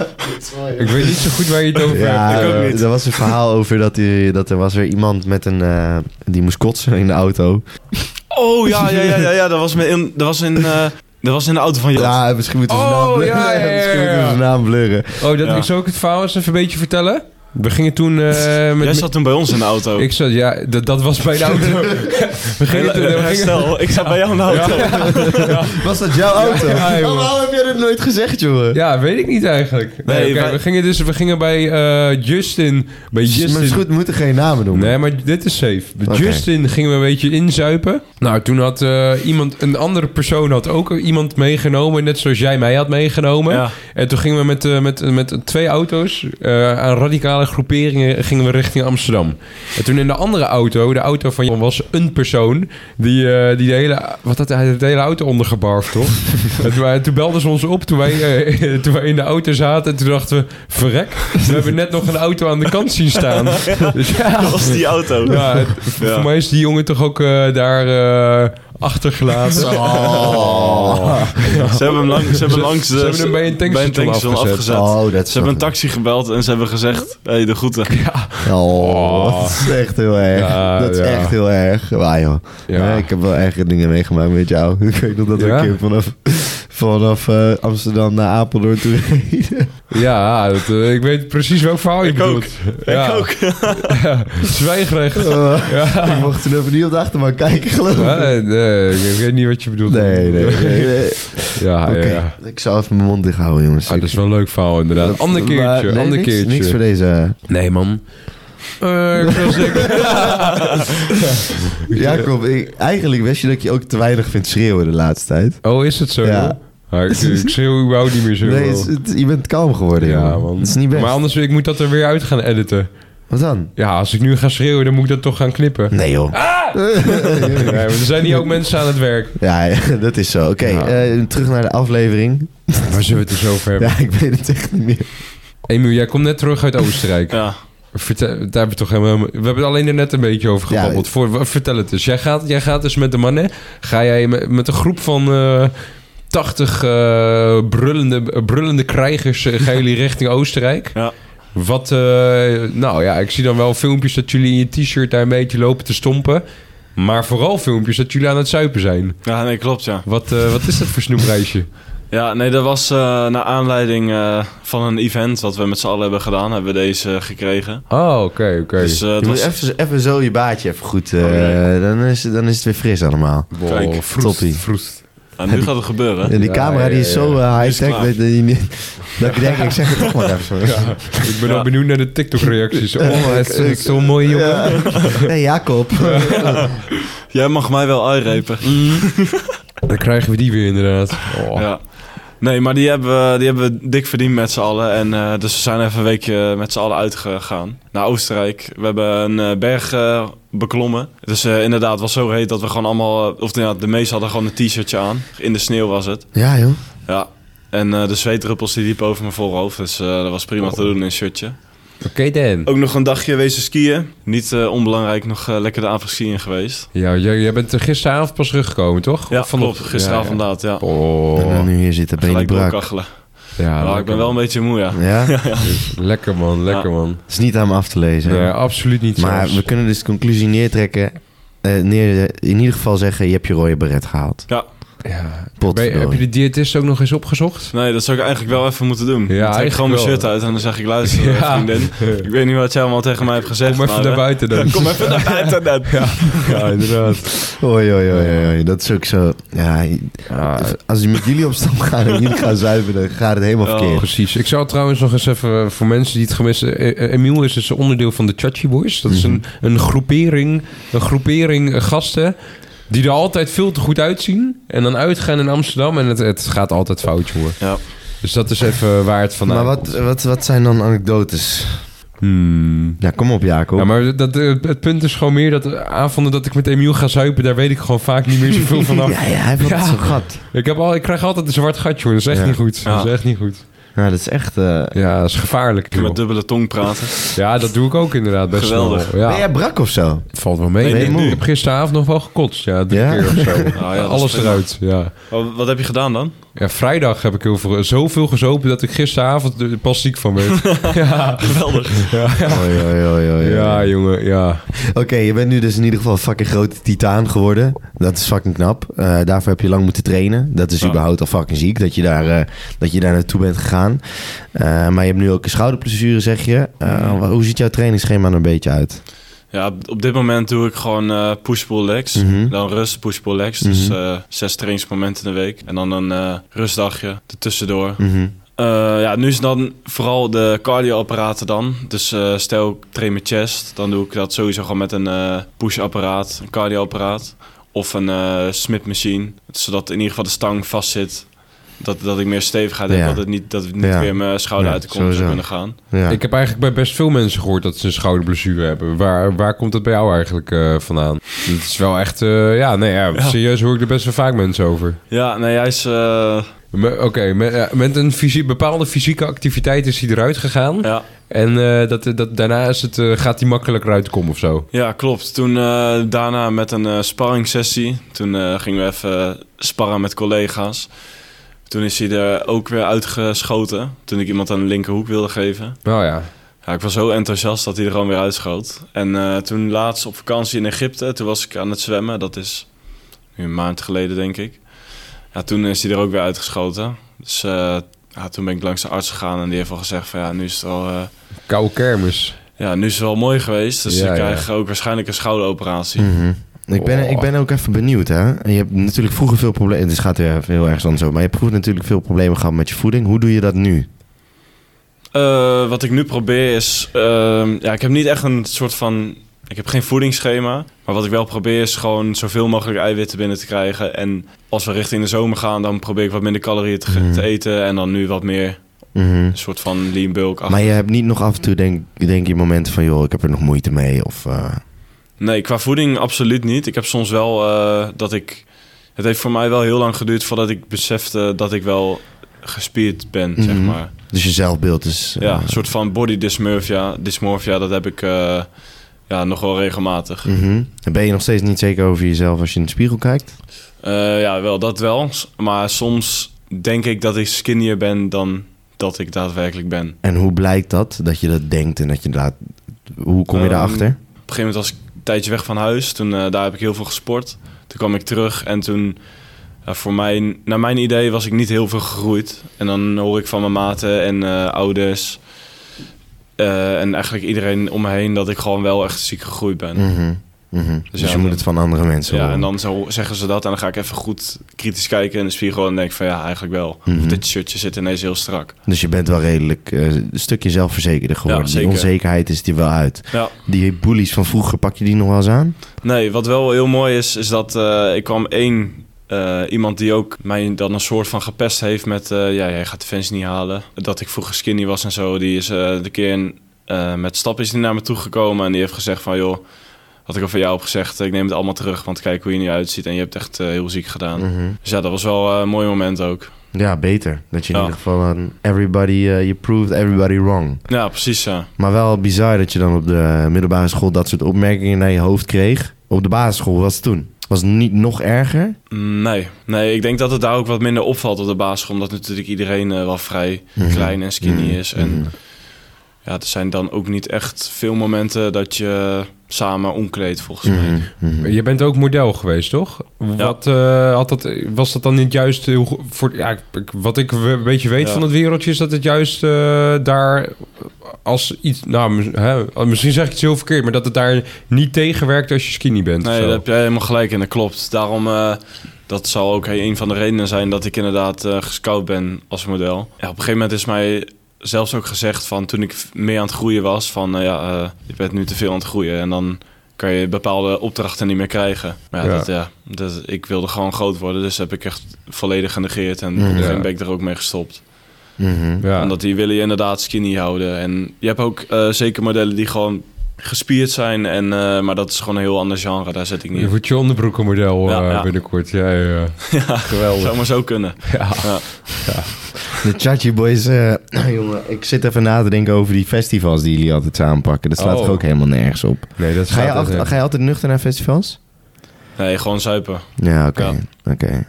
[SPEAKER 2] Ik weet niet zo goed waar je het over
[SPEAKER 1] Ja,
[SPEAKER 2] hebt.
[SPEAKER 3] ik ook
[SPEAKER 1] eh,
[SPEAKER 3] niet.
[SPEAKER 1] er was een verhaal over dat, hij, dat er was weer iemand met een... eh, die moest kotsen in de auto.
[SPEAKER 3] Oh ja, ja, ja, ja, ja. Dat was me in, dat was in, eh, dat was in de auto van Jot.
[SPEAKER 1] Ja, misschien moeten we zijn
[SPEAKER 2] Oh,
[SPEAKER 1] naam blurren.
[SPEAKER 2] ja, ja, ja,
[SPEAKER 1] Misschien
[SPEAKER 2] ja.
[SPEAKER 1] moeten we zijn naam blurren.
[SPEAKER 2] Oh, dat,
[SPEAKER 3] Ja.
[SPEAKER 2] ik zou ook het verhaal eens even een beetje vertellen. We gingen toen
[SPEAKER 3] [laughs]
[SPEAKER 2] eh, met...
[SPEAKER 3] Jij zat toen bij ons in de auto.
[SPEAKER 2] Ik zat, ja, dat, dat was
[SPEAKER 3] [laughs]
[SPEAKER 2] bij de auto. we gingen toen... we gingen-
[SPEAKER 3] Stel, ik zat bij jou in de auto.
[SPEAKER 1] Was dat jouw auto?
[SPEAKER 2] Ja, ja, joh.
[SPEAKER 1] Oh, waarom heb jij dat nooit gezegd, jongen?
[SPEAKER 2] Ja, weet ik niet eigenlijk. Nee,
[SPEAKER 3] Nee,
[SPEAKER 2] oké,
[SPEAKER 3] wij-
[SPEAKER 2] we gingen dus we gingen bij eh, Justin. Bij Justin.
[SPEAKER 1] Maar het is goed, we moeten geen namen noemen.
[SPEAKER 2] Nee, maar dit is safe. Bij
[SPEAKER 1] Oké.
[SPEAKER 2] Justin gingen we een beetje inzuipen. Nou, toen had eh, iemand, een andere persoon had ook iemand meegenomen. Net zoals jij mij had meegenomen.
[SPEAKER 3] Ja.
[SPEAKER 2] En toen gingen we met, eh, met, met twee auto's eh, aan radicale groeperingen gingen we richting Amsterdam. En toen in de andere auto, de auto van Jan, was een persoon die, eh, die de hele, wat had hij, de hele auto ondergebarfd,
[SPEAKER 3] [laughs]
[SPEAKER 2] toch? en toen, wij- toen belden ze ons op toen wij, eh, [laughs] toen wij in de auto zaten. En toen dachten we, verrek, we hebben net nog een auto aan de kant zien
[SPEAKER 3] [laughs]
[SPEAKER 2] staan. dus ja,
[SPEAKER 3] Dat was die auto.
[SPEAKER 2] ja, het-
[SPEAKER 3] Ja.
[SPEAKER 2] voor mij is die jongen toch ook eh, daar eh, achtergelaten.
[SPEAKER 1] Oh,
[SPEAKER 3] Ze hebben hem lang, ze hebben
[SPEAKER 2] Ze-
[SPEAKER 3] langs
[SPEAKER 2] ze hebben hem bij een tankstation afgezet.
[SPEAKER 3] afgezet.
[SPEAKER 1] Oh, dat is
[SPEAKER 3] Ze hebben een
[SPEAKER 1] wel-
[SPEAKER 3] taxi gebeld en ze hebben gezegd: hey, de groeten.
[SPEAKER 1] Oh, dat is echt heel erg.
[SPEAKER 2] Ja,
[SPEAKER 1] dat is
[SPEAKER 2] ja.
[SPEAKER 1] echt heel erg. Waar joh.
[SPEAKER 2] Ja.
[SPEAKER 1] Ja, ik heb wel erge dingen meegemaakt met jou. [laughs] Ik weet nog dat we
[SPEAKER 2] Ja?
[SPEAKER 1] een keer vanaf, vanaf eh, Amsterdam naar Apeldoorn toe [laughs] reden.
[SPEAKER 2] Ja, dat, eh, ik weet precies welk verhaal je
[SPEAKER 3] Ik
[SPEAKER 2] bedoelt.
[SPEAKER 3] ook.
[SPEAKER 2] Ja. [laughs]
[SPEAKER 3] Ik ook.
[SPEAKER 2] Ja, zwijgrecht.
[SPEAKER 1] Eh,
[SPEAKER 2] Ja.
[SPEAKER 1] Ik mocht toen even niet op de achterbank kijken, geloof ik.
[SPEAKER 2] Ja, nee, nee, ik weet niet wat je bedoelt.
[SPEAKER 1] Nee, nee, nee.
[SPEAKER 2] [laughs]
[SPEAKER 1] nee.
[SPEAKER 2] Ja,
[SPEAKER 1] Oké,
[SPEAKER 2] Ah, ja, ja.
[SPEAKER 1] ik zal even mijn mond dicht houden, jongens.
[SPEAKER 2] Ah, dat is wel een leuk verhaal, inderdaad.
[SPEAKER 1] Dat-
[SPEAKER 2] ander keertje,
[SPEAKER 1] maar- nee,
[SPEAKER 2] ander
[SPEAKER 1] niks,
[SPEAKER 2] keertje.
[SPEAKER 1] Niks voor
[SPEAKER 2] [laughs]
[SPEAKER 1] deze.
[SPEAKER 2] Nee, man. Eh, ik
[SPEAKER 1] [laughs]
[SPEAKER 2] wil zeggen...
[SPEAKER 1] Jacob, ik, eigenlijk wist je dat ik je ook te weinig vindt schreeuwen de laatste tijd.
[SPEAKER 2] Oh, is het zo?
[SPEAKER 1] Ja.
[SPEAKER 2] joh? Ah, ik, ik schreeuw überhaupt niet meer zo.
[SPEAKER 1] Nee,
[SPEAKER 2] joh.
[SPEAKER 1] het is- het- je bent kalm geworden,
[SPEAKER 2] ja,
[SPEAKER 1] jongen.
[SPEAKER 2] man.
[SPEAKER 1] Dat is niet best.
[SPEAKER 2] Maar anders, ik moet dat er weer uit gaan editen.
[SPEAKER 1] Wat dan?
[SPEAKER 2] Ja, als ik nu ga schreeuwen, dan moet ik dat toch gaan knippen.
[SPEAKER 1] Nee, joh.
[SPEAKER 2] Nee, maar er zijn hier ook mensen aan het werk.
[SPEAKER 1] Ja, [laughs] ja, dat is zo. Oké,
[SPEAKER 2] Ja.
[SPEAKER 1] eh, terug naar de aflevering.
[SPEAKER 2] Waar zullen we het dus over hebben?
[SPEAKER 1] Ja, ik weet het echt niet meer.
[SPEAKER 2] Emu, jij komt net terug uit Oostenrijk.
[SPEAKER 3] Ja.
[SPEAKER 2] Vertel, daar hebben we toch helemaal... We hebben het alleen er net een beetje over
[SPEAKER 1] Ja,
[SPEAKER 2] gebabbeld. Voor, wa- vertel het eens. Jij gaat, jij gaat dus met de mannen... Ga jij me- met een groep van eh 80 eh, brullende, eh, brullende krijgers... eh, gaan [laughs] jullie richting Oostenrijk?
[SPEAKER 3] Ja.
[SPEAKER 2] Wat... eh, nou ja, ik zie dan wel filmpjes dat jullie in je t-shirt... daar een beetje lopen te stompen. Maar vooral filmpjes dat jullie aan het zuipen zijn.
[SPEAKER 3] ja, nee, klopt ja.
[SPEAKER 2] Wat, eh, wat is dat voor snoepreisje?
[SPEAKER 3] Ja, nee, dat was eh, naar aanleiding eh, van een event wat we met z'n allen hebben gedaan, hebben we deze eh, gekregen.
[SPEAKER 2] [laughs] Oh, oké, oké.
[SPEAKER 3] Dus eh,
[SPEAKER 1] Je
[SPEAKER 3] het
[SPEAKER 1] moet
[SPEAKER 3] was...
[SPEAKER 1] even, even zo je baadje even goed... eh,
[SPEAKER 3] Oh, nee.
[SPEAKER 1] dan, is, dan is het weer fris allemaal.
[SPEAKER 2] Wow,
[SPEAKER 3] kijk,
[SPEAKER 2] vroest,
[SPEAKER 1] toppie.
[SPEAKER 2] vroest.
[SPEAKER 3] Ja, nu gaat het gebeuren.
[SPEAKER 1] En die
[SPEAKER 2] Ja,
[SPEAKER 1] camera die is
[SPEAKER 2] ja, ja,
[SPEAKER 1] zo eh,
[SPEAKER 3] Is
[SPEAKER 1] high-tech
[SPEAKER 3] klaar.
[SPEAKER 1] dat, je niet- dat ik denk, ik zeg het toch maar even.
[SPEAKER 2] [laughs] Ja, ik ben
[SPEAKER 3] Ja.
[SPEAKER 2] al benieuwd naar de TikTok-reacties. [laughs] Oh, het is- het is zo mooi, jongen.
[SPEAKER 1] Ja. Hey Jacob.
[SPEAKER 3] Jij mag mij wel uitrepen.
[SPEAKER 2] Dan krijgen we die weer inderdaad. Oh.
[SPEAKER 3] Ja. Nee, maar die hebben, we- die hebben we dik verdiend met z'n allen. En, eh, dus we zijn even een weekje met z'n allen uitgegaan naar Oostenrijk. We hebben een eh, berg eh, beklommen. Dus eh, inderdaad, het was zo heet dat we gewoon allemaal... eh, of ja, de meesten hadden gewoon een t-shirtje aan. In de sneeuw was het.
[SPEAKER 1] Ja joh.
[SPEAKER 3] Ja. En eh, de zweetdruppels die liepen over mijn voorhoofd. Dus eh, dat was prima
[SPEAKER 2] Oh.
[SPEAKER 3] te doen in een shirtje.
[SPEAKER 2] Oké, Dan.
[SPEAKER 3] Ook nog een dagje wezen skiën. Niet eh, onbelangrijk, nog eh, lekker de avondskiën geweest.
[SPEAKER 2] Ja, jij, jij bent er gisteravond pas teruggekomen, toch?
[SPEAKER 3] Ja,
[SPEAKER 2] Of vanochtend?
[SPEAKER 3] klopt. Gisteravond
[SPEAKER 2] Ja,
[SPEAKER 3] inderdaad, ja.
[SPEAKER 2] ja. Oh.
[SPEAKER 1] En dan nu hier zitten, ben je
[SPEAKER 3] Gelijk
[SPEAKER 1] niet brak.
[SPEAKER 3] doorkachelen.
[SPEAKER 2] Ja,
[SPEAKER 3] Ja, Nou, ik ben wel een beetje moe, ja.
[SPEAKER 1] Ja? Het
[SPEAKER 2] Lekker, man. Lekker,
[SPEAKER 3] Ja.
[SPEAKER 2] man.
[SPEAKER 1] is niet aan me af te lezen.
[SPEAKER 2] Nee, absoluut niet
[SPEAKER 1] maar
[SPEAKER 2] zelfs.
[SPEAKER 1] we kunnen dus de conclusie neertrekken. eh, neer, in ieder geval zeggen, je hebt je rode beret gehaald.
[SPEAKER 2] Ja. Ben je-
[SPEAKER 1] Potverdorie.
[SPEAKER 2] heb je de diëtist ook nog eens opgezocht?
[SPEAKER 3] Nee, dat zou ik eigenlijk wel even moeten doen.
[SPEAKER 2] Ja,
[SPEAKER 3] Ja, dan trek ik gewoon mijn
[SPEAKER 2] eigenlijk
[SPEAKER 3] shirt
[SPEAKER 2] wel.
[SPEAKER 3] uit en dan zeg ik,
[SPEAKER 2] [laughs]
[SPEAKER 3] luister eh, vriendin. Ik weet niet wat jij allemaal tegen mij hebt gezegd.
[SPEAKER 2] Kom even
[SPEAKER 3] maar,
[SPEAKER 2] naar
[SPEAKER 3] eh,
[SPEAKER 2] buiten dan.
[SPEAKER 3] [laughs] Kom even naar buiten dan.
[SPEAKER 2] [laughs] Ja, inderdaad.
[SPEAKER 1] Oei, oei, oei, oei, oei. Dat is ook zo... Ja,
[SPEAKER 2] Ja,
[SPEAKER 1] als je met jullie op stap gaat en jullie gaan zuipen, dan gaat het helemaal
[SPEAKER 3] Oh.
[SPEAKER 1] verkeerd.
[SPEAKER 2] Precies. Ik zou trouwens nog eens even eh, voor mensen die het gemist hebben. eh, eh, Emiel is dus onderdeel van de Chachi Boys. Dat is een, een groepering, een groepering eh, gasten die er altijd veel te goed uitzien. En dan uitgaan in Amsterdam en het, het gaat altijd fout, jongen.
[SPEAKER 3] Ja.
[SPEAKER 2] Dus dat is even waar het vandaan
[SPEAKER 1] maar wat,
[SPEAKER 2] komt.
[SPEAKER 1] wat, wat zijn dan anekdotes?
[SPEAKER 2] Hmm.
[SPEAKER 1] Ja, kom op Jacob.
[SPEAKER 2] Ja, maar dat, eh, het punt is gewoon meer dat eh, avonden dat ik met Emiel ga zuipen, daar weet ik gewoon vaak niet
[SPEAKER 1] [laughs]
[SPEAKER 2] meer zoveel van af.
[SPEAKER 1] Ja, ja, hij heeft
[SPEAKER 2] Ja.
[SPEAKER 1] altijd zo'n gat.
[SPEAKER 2] Ik, heb al, ik krijg altijd een zwart gatje, hoor. Dat is echt
[SPEAKER 1] Ja.
[SPEAKER 2] niet goed. Dat is
[SPEAKER 3] Ja.
[SPEAKER 2] echt niet goed.
[SPEAKER 1] Ja, dat is echt... eh,
[SPEAKER 2] Ja, dat is gevaarlijk. joh.
[SPEAKER 3] Met dubbele tong praten.
[SPEAKER 2] Ja, dat doe ik ook inderdaad best
[SPEAKER 3] Geweldig.
[SPEAKER 2] wel. Ja.
[SPEAKER 1] Ben jij brak of zo?
[SPEAKER 2] Valt wel mee.
[SPEAKER 3] Nee,
[SPEAKER 1] nee, nu.
[SPEAKER 2] ik heb gisteravond nog wel gekotst. Ja, drie
[SPEAKER 1] Ja?
[SPEAKER 2] keer of zo.
[SPEAKER 3] ja, dat is
[SPEAKER 2] Alles
[SPEAKER 3] prima.
[SPEAKER 2] eruit, ja.
[SPEAKER 3] Oh, wat heb je gedaan dan?
[SPEAKER 2] Ja, vrijdag heb ik heel veel, zoveel gezopen dat ik gisteravond er pas ziek van werd. ja.
[SPEAKER 3] [laughs] Geweldig.
[SPEAKER 2] Ja, ja.
[SPEAKER 1] Oei, oei, oei, oei, oei.
[SPEAKER 2] ja, jongen, ja.
[SPEAKER 1] Oké, je bent nu dus in ieder geval een fucking grote titaan geworden. Dat is fucking knap. Eh, daarvoor heb je lang moeten trainen. Dat is
[SPEAKER 3] Ja.
[SPEAKER 1] überhaupt al fucking ziek dat je daar, eh, dat je daar naartoe bent gegaan. Eh, maar je hebt nu ook een schouderblessure, zeg je. Eh, hoe ziet jouw trainingsschema er een beetje uit?
[SPEAKER 3] Ja, op- op dit moment doe ik gewoon eh, push-pull legs.
[SPEAKER 1] Mhm.
[SPEAKER 3] Dan rust, push-pull legs.
[SPEAKER 2] Mhm.
[SPEAKER 3] Dus eh, zes trainingsmomenten in de week. En dan een eh, rustdagje ertussendoor.
[SPEAKER 1] Mhm.
[SPEAKER 3] Eh, ja, nu is dan vooral de cardio-apparaten dan. Dus eh, stel ik train mijn chest, dan doe ik dat sowieso gewoon met een eh, push-apparaat, een cardio-apparaat. Of een eh smidmachine, zodat in ieder geval de stang vast zit. Dat, dat ik meer stevigheid
[SPEAKER 1] Ja.
[SPEAKER 3] heb, dat het niet, dat het niet
[SPEAKER 1] Ja.
[SPEAKER 3] weer mijn schouder
[SPEAKER 1] Ja,
[SPEAKER 3] uit de kom
[SPEAKER 1] sowieso.
[SPEAKER 3] zou kunnen gaan.
[SPEAKER 1] Ja.
[SPEAKER 2] Ik heb eigenlijk bij best veel mensen gehoord dat ze een schouderblessure hebben. Waar, waar komt dat bij jou eigenlijk eh, vandaan? Het is wel echt, eh, ja, nee, ja,
[SPEAKER 3] Ja.
[SPEAKER 2] serieus hoor ik er best wel vaak mensen over.
[SPEAKER 3] Ja, nee, hij is... eh,
[SPEAKER 2] Me- Oké, met, ja, met een fysie- bepaalde fysieke activiteit is hij eruit gegaan.
[SPEAKER 3] ja.
[SPEAKER 2] En eh, dat, dat, daarna is het, eh, gaat hij makkelijker uit de kom of zo.
[SPEAKER 3] Ja, klopt. Toen eh, daarna met een eh sparringssessie. Toen eh, gingen we even sparren met collega's. Toen is hij er ook weer uitgeschoten. Toen ik iemand aan de linkerhoek wilde geven.
[SPEAKER 2] Nou ja,
[SPEAKER 3] Ja, ik was zo enthousiast dat hij er gewoon weer uitschoot. En eh, toen laatst op vakantie in Egypte, toen was ik aan het zwemmen. Dat is nu een maand geleden, denk ik. Ja, toen is hij er ook weer uitgeschoten. Dus eh, ja, toen ben ik langs de arts gegaan en die heeft al gezegd van ja, nu is het wel... eh,
[SPEAKER 2] koude kermis.
[SPEAKER 3] ja, nu is het wel mooi geweest. Dus
[SPEAKER 2] Ja, Hm.
[SPEAKER 3] ik
[SPEAKER 2] ja.
[SPEAKER 3] krijg ook waarschijnlijk een schouderoperatie.
[SPEAKER 1] Mhm. Ik ben, ik ben ook even benieuwd, hè. Je hebt natuurlijk vroeger veel problemen... Dit gaat weer even heel erg anders over. Maar je hebt vroeger natuurlijk veel problemen gehad met je voeding. Hoe doe je dat nu?
[SPEAKER 3] Eh, wat ik nu probeer is... ehm, ja, ik heb niet echt een soort van... Ik heb geen voedingsschema. Maar wat ik wel probeer is gewoon zoveel mogelijk eiwitten binnen te krijgen. En als we richting de zomer gaan, dan probeer ik wat minder calorieën te, ge-
[SPEAKER 1] Mhm.
[SPEAKER 3] te eten. En dan nu wat meer
[SPEAKER 1] Mhm.
[SPEAKER 3] een soort van lean bulk.
[SPEAKER 1] Maar je hebt niet nog af en toe, denk, denk je, momenten van... joh, ik heb er nog moeite mee of... eh,
[SPEAKER 3] Nee, qua voeding absoluut niet. Ik heb soms wel eh, dat ik... Het heeft voor mij wel heel lang geduurd voordat ik besefte dat ik wel gespierd ben, zeg
[SPEAKER 1] Mhm.
[SPEAKER 3] maar.
[SPEAKER 1] Dus je zelfbeeld is. eh,
[SPEAKER 3] Ja, een soort van body dysmorphia. Dysmorphia, dat heb ik eh, ja, nog wel regelmatig.
[SPEAKER 1] mhm. En ben je nog steeds niet zeker over jezelf als je in de spiegel kijkt?
[SPEAKER 3] Eh, ja, wel, dat wel. S- Maar soms denk ik dat ik skinnier ben dan dat ik daadwerkelijk ben.
[SPEAKER 1] En hoe blijkt dat? Dat je dat denkt en dat je dat. Hoe kom je
[SPEAKER 3] Ehm,
[SPEAKER 1] daarachter?
[SPEAKER 3] Op een gegeven moment was ik een tijdje weg van huis. Toen, eh, daar heb ik heel veel gesport. Toen kwam ik terug en toen... ja, voor mij, naar mijn idee was ik niet heel veel gegroeid. En dan hoor ik van mijn maten en eh, ouders... eh, en eigenlijk iedereen om me heen dat ik gewoon wel echt ziek gegroeid ben.
[SPEAKER 1] Mhm, mhm. Dus
[SPEAKER 3] ja,
[SPEAKER 1] je
[SPEAKER 3] dan-
[SPEAKER 1] moet het van andere mensen
[SPEAKER 3] Ja,
[SPEAKER 1] horen.
[SPEAKER 3] en dan zo zeggen ze dat en dan ga ik even goed kritisch kijken in de spiegel en denk van ja, eigenlijk wel.
[SPEAKER 1] Mhm.
[SPEAKER 3] Of dit shirtje zit ineens heel strak.
[SPEAKER 1] Dus je bent wel redelijk eh, een stukje zelfverzekerder geworden. die
[SPEAKER 3] zeker.
[SPEAKER 1] onzekerheid is die wel uit.
[SPEAKER 3] Ja.
[SPEAKER 1] Die bullies van vroeger, pak je die nog wel eens aan?
[SPEAKER 3] Nee, wat wel heel mooi is, is dat eh, ik kwam één eh, iemand die ook mij dan een soort van gepest heeft met eh, ja, jij gaat de fans niet halen. Dat ik vroeger skinny was en zo. Die is eh, de keer in, eh, met stap is die naar me toegekomen en die heeft gezegd van joh, had ik al van jou op gezegd, ik neem het allemaal terug, want kijk hoe je nu uitziet en je hebt echt eh, heel ziek gedaan.
[SPEAKER 1] Mhm.
[SPEAKER 3] Dus ja, dat was wel eh, een mooi moment ook.
[SPEAKER 1] Ja, beter. Dat je in
[SPEAKER 3] Ja.
[SPEAKER 1] ieder geval aan everybody, eh, you proved everybody wrong.
[SPEAKER 3] Ja, precies ja.
[SPEAKER 1] Maar wel bizar dat je dan op de middelbare school dat soort opmerkingen naar je hoofd kreeg. Op de basisschool was het toen. Was het niet nog erger?
[SPEAKER 3] Mm, Nee. nee, ik denk dat het daar ook wat minder opvalt op de basisschool. Omdat natuurlijk iedereen eh, wel vrij
[SPEAKER 1] Mhm.
[SPEAKER 3] klein en skinny
[SPEAKER 1] Mhm.
[SPEAKER 3] is. En
[SPEAKER 1] Mhm.
[SPEAKER 3] ja, er zijn dan ook niet echt veel momenten dat je samen omkleedt, volgens mij.
[SPEAKER 1] Mhm. Mhm.
[SPEAKER 2] Je bent ook model geweest, toch? Wat, eh, had dat, was dat dan niet juist heel go- voor, ja, ik- wat ik we- een beetje weet
[SPEAKER 3] Ja.
[SPEAKER 2] van het wereldje is dat het juist eh, daar als iets, nou, mis- hè, misschien zeg ik het heel verkeerd, maar dat het daar niet tegenwerkt als je skinny bent. of
[SPEAKER 3] Nee,
[SPEAKER 2] zo.
[SPEAKER 3] daar heb jij helemaal gelijk in, dat klopt. Daarom, eh, dat zal ook een van de redenen zijn dat ik inderdaad eh gescout ben als model. Ja, op een gegeven moment is mij zelfs ook gezegd van toen ik f- meer aan het groeien was, van eh, ja, eh, je bent nu te veel aan het groeien en dan kan je bepaalde opdrachten niet meer krijgen. Maar ja,
[SPEAKER 2] Ja.
[SPEAKER 3] Dat, ja dat, ik wilde gewoon groot worden, dus heb ik echt volledig genegeerd en op
[SPEAKER 1] Mhm.
[SPEAKER 3] een gegeven
[SPEAKER 2] Ja.
[SPEAKER 3] moment ben ik er ook mee gestopt.
[SPEAKER 1] Mhm.
[SPEAKER 2] ja.
[SPEAKER 3] Omdat die willen je inderdaad skinny houden. En je hebt ook eh, zeker modellen die gewoon gespierd zijn, en, eh, maar dat is gewoon een heel ander genre, daar zit ik niet
[SPEAKER 2] Je
[SPEAKER 3] in.
[SPEAKER 2] wordt je onderbroekenmodel eh,
[SPEAKER 3] Ja, ja.
[SPEAKER 2] binnenkort. Ja, ja,
[SPEAKER 3] [laughs]
[SPEAKER 2] ja.
[SPEAKER 3] Zou
[SPEAKER 2] Geweldig.
[SPEAKER 3] maar zo kunnen.
[SPEAKER 2] Ja.
[SPEAKER 1] De Chachi Boys, eh, [clears throat] jongen, ik zit even na te denken over die festivals die jullie altijd samenpakken. Dat slaat
[SPEAKER 2] Oh.
[SPEAKER 1] toch ook helemaal nergens op.
[SPEAKER 2] Nee, dat
[SPEAKER 1] Ga je,
[SPEAKER 2] gaat echt
[SPEAKER 1] acht-
[SPEAKER 2] niet.
[SPEAKER 1] ga je altijd nuchter naar festivals?
[SPEAKER 3] Nee, gewoon zuipen.
[SPEAKER 1] Ja, oké.
[SPEAKER 3] Ja.
[SPEAKER 1] Oké.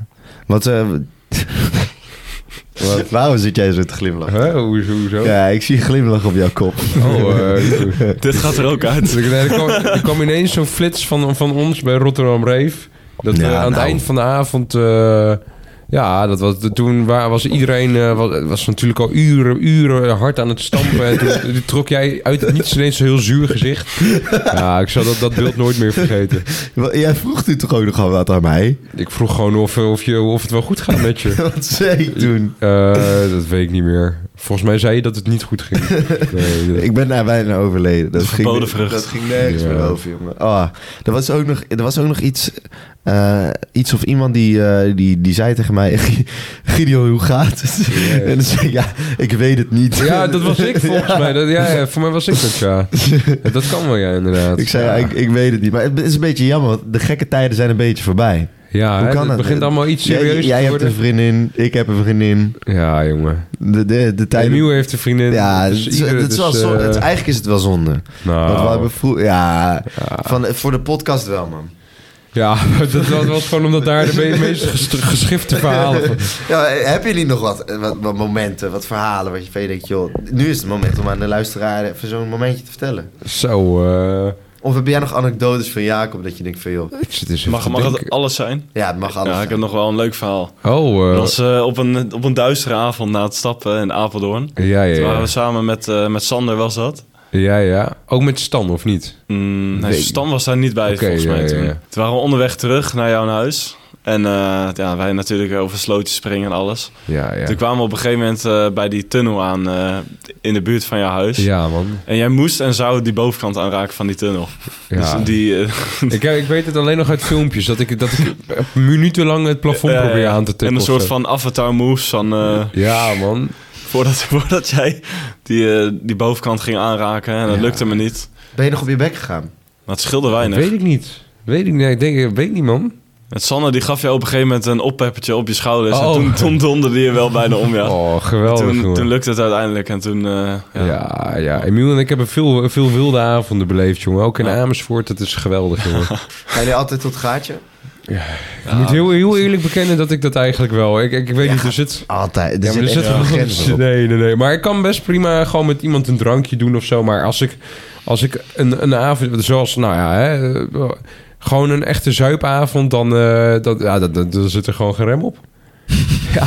[SPEAKER 1] Wat, eh, [laughs] Wa- Waarom zit jij zo te glimlachen?
[SPEAKER 2] Huh? Hoezo? hoezo?
[SPEAKER 1] Ja, ik zie een glimlach op jouw kop. [laughs]
[SPEAKER 2] Oh, eh,
[SPEAKER 3] Dit gaat er ook uit.
[SPEAKER 2] Dus Er, er kwam, er kwam ineens zo'n flits van, van ons bij Rotterdam Reef. Dat we
[SPEAKER 1] Ja,
[SPEAKER 2] aan het
[SPEAKER 1] nou.
[SPEAKER 2] eind van de avond... eh, ja, dat was, toen wa- was iedereen... eh, was, was natuurlijk al uren, uren hard aan het stampen. En toen, toen trok jij uit het niets ineens een heel zuur gezicht. Ja, ik zal dat, dat beeld nooit meer vergeten.
[SPEAKER 1] Wa- Jij vroeg toen toch ook nog wat aan
[SPEAKER 2] [laughs]
[SPEAKER 1] mij?
[SPEAKER 2] Ik vroeg gewoon of, eh, of, je, of het wel goed gaat met je.
[SPEAKER 1] Wat zei ik toen?
[SPEAKER 2] Eh, dat weet ik niet meer. Volgens mij zei je dat het niet goed ging. Nee, dat-
[SPEAKER 1] Ik ben daar bijna overleden. Dat,
[SPEAKER 3] De
[SPEAKER 1] ging,
[SPEAKER 3] verboden vrucht.
[SPEAKER 1] dat ging nergens
[SPEAKER 2] Ja.
[SPEAKER 1] meer over, jongen. Ah, er, was ook nog, er was ook nog iets, eh, iets of iemand die, eh, die, die zei tegen mij... [laughs] Gideon, hoe gaat het?
[SPEAKER 2] Ja.
[SPEAKER 1] En dan zei ik, ja, ik weet het niet. [laughs]
[SPEAKER 2] Ja, dat was ik volgens
[SPEAKER 1] Ja.
[SPEAKER 2] mij. Dat, ja, ja, voor mij was ik dat,
[SPEAKER 1] [laughs]
[SPEAKER 2] ja. Dat kan wel, ja, inderdaad.
[SPEAKER 1] Ik zei,
[SPEAKER 2] ja,
[SPEAKER 1] ja, ik, ik weet het niet. Maar het is een beetje jammer, want de gekke tijden zijn een beetje voorbij.
[SPEAKER 2] Ja,
[SPEAKER 1] Hoe
[SPEAKER 2] hè,
[SPEAKER 1] kan
[SPEAKER 2] het
[SPEAKER 1] dat?
[SPEAKER 2] begint allemaal iets
[SPEAKER 1] jij,
[SPEAKER 2] serieus
[SPEAKER 1] jij
[SPEAKER 2] te
[SPEAKER 1] hebt een
[SPEAKER 2] worden.
[SPEAKER 1] vriendin, ik heb een vriendin.
[SPEAKER 2] Ja, jongen.
[SPEAKER 1] De, de, de tijden...
[SPEAKER 2] Emiel heeft een vriendin.
[SPEAKER 1] Ja,
[SPEAKER 2] dus
[SPEAKER 1] het is-
[SPEAKER 2] ieder-
[SPEAKER 1] het is wel
[SPEAKER 2] dus,
[SPEAKER 1] zo-
[SPEAKER 2] eh,
[SPEAKER 1] het- eigenlijk is het wel zonde.
[SPEAKER 2] nou,
[SPEAKER 1] Want we hebben vroeg- ja,
[SPEAKER 2] Ja.
[SPEAKER 1] Van, voor de podcast wel, man.
[SPEAKER 2] Ja, [laughs] dat, dat was gewoon omdat daar de me- meest gest- geschifte verhalen van...
[SPEAKER 1] [laughs] Ja, hebben jullie nog wat, eh, wat, wat momenten, wat verhalen wat je van je denkt, joh, nu is het moment om aan de luisteraar even zo'n momentje te vertellen?
[SPEAKER 2] Zo, eh
[SPEAKER 1] Of heb jij nog anekdotes van Jacob dat je denkt van, joh,
[SPEAKER 2] ik zit eens even
[SPEAKER 3] [laughs] Mag,
[SPEAKER 2] te
[SPEAKER 3] mag het
[SPEAKER 2] denken.
[SPEAKER 3] alles zijn?
[SPEAKER 1] ja, het mag alles.
[SPEAKER 3] Ja, ik heb nog wel een leuk verhaal.
[SPEAKER 2] Oh,
[SPEAKER 3] Dat
[SPEAKER 2] eh,
[SPEAKER 3] was eh, op, een, op een duistere avond na het stappen in Apeldoorn.
[SPEAKER 2] ja,
[SPEAKER 3] Toen
[SPEAKER 2] ja,
[SPEAKER 3] waren
[SPEAKER 2] ja.
[SPEAKER 3] we samen met, eh, met Sander, was dat?
[SPEAKER 2] ja, ja. Ook met Stan, of niet?
[SPEAKER 3] Mm, nee,
[SPEAKER 2] Nee.
[SPEAKER 3] Stan was daar niet bij,
[SPEAKER 2] Oké,
[SPEAKER 3] volgens mij.
[SPEAKER 2] ja, ja,
[SPEAKER 3] toen.
[SPEAKER 2] ja.
[SPEAKER 3] Toen waren we onderweg terug naar jouw huis. En eh, ja, wij natuurlijk over slootjes springen en alles.
[SPEAKER 2] Ja, ja.
[SPEAKER 3] Toen kwamen we op een gegeven moment eh, bij die tunnel aan eh, in de buurt van jouw huis.
[SPEAKER 2] Ja, man.
[SPEAKER 3] En jij moest en zou die bovenkant aanraken van die tunnel.
[SPEAKER 2] Ja.
[SPEAKER 3] Dus die, eh,
[SPEAKER 2] Ik, ik weet het alleen nog uit filmpjes. Dat ik, dat
[SPEAKER 3] [laughs]
[SPEAKER 2] ik minutenlang het plafond
[SPEAKER 3] eh,
[SPEAKER 2] probeer aan te tikken.
[SPEAKER 3] En een
[SPEAKER 2] of
[SPEAKER 3] soort
[SPEAKER 2] zo.
[SPEAKER 3] van avatar moves van... eh,
[SPEAKER 2] Ja, man.
[SPEAKER 3] Voordat, [laughs] voordat jij die, eh, die bovenkant ging aanraken. En dat
[SPEAKER 2] Ja.
[SPEAKER 3] lukte me niet.
[SPEAKER 1] Ben je nog op je bek gegaan?
[SPEAKER 3] Maar het scheelde weinig.
[SPEAKER 2] Weet ik niet. Weet ik niet. Ik denk, weet ik niet, man.
[SPEAKER 3] Met Sanne die gaf jou op een gegeven moment een oppeppertje op je schouders. En
[SPEAKER 2] Oh.
[SPEAKER 3] toen, toen donderde je wel bijna om, ja.
[SPEAKER 2] Oh, geweldig,
[SPEAKER 3] [laughs] toen,
[SPEAKER 2] jongen.
[SPEAKER 3] toen lukte het uiteindelijk. En toen... eh,
[SPEAKER 2] ja. ja, Emiel en ik hebben veel, veel wilde avonden beleefd, jongen. Ook in
[SPEAKER 3] Ja.
[SPEAKER 2] Amersfoort, dat is geweldig, jongen.
[SPEAKER 3] [laughs]
[SPEAKER 1] Gaan jullie altijd tot gaatje?
[SPEAKER 2] Ik moet heel, heel eerlijk bekennen dat ik dat eigenlijk wel... Ik, ik, ik weet niet, er zit...
[SPEAKER 1] Altijd.
[SPEAKER 2] Ja, maar er zit
[SPEAKER 1] echt
[SPEAKER 2] wel
[SPEAKER 1] geen
[SPEAKER 2] iets-
[SPEAKER 1] grens op.
[SPEAKER 2] Nee, nee, nee. Maar ik kan best prima gewoon met iemand een drankje doen of zo. Maar als ik, als ik een, een avond, zoals, nou ja, hè, eh, gewoon een echte zuipavond, dan, eh, dat, ja, dat, dat, dan zit er gewoon geen rem op. ja.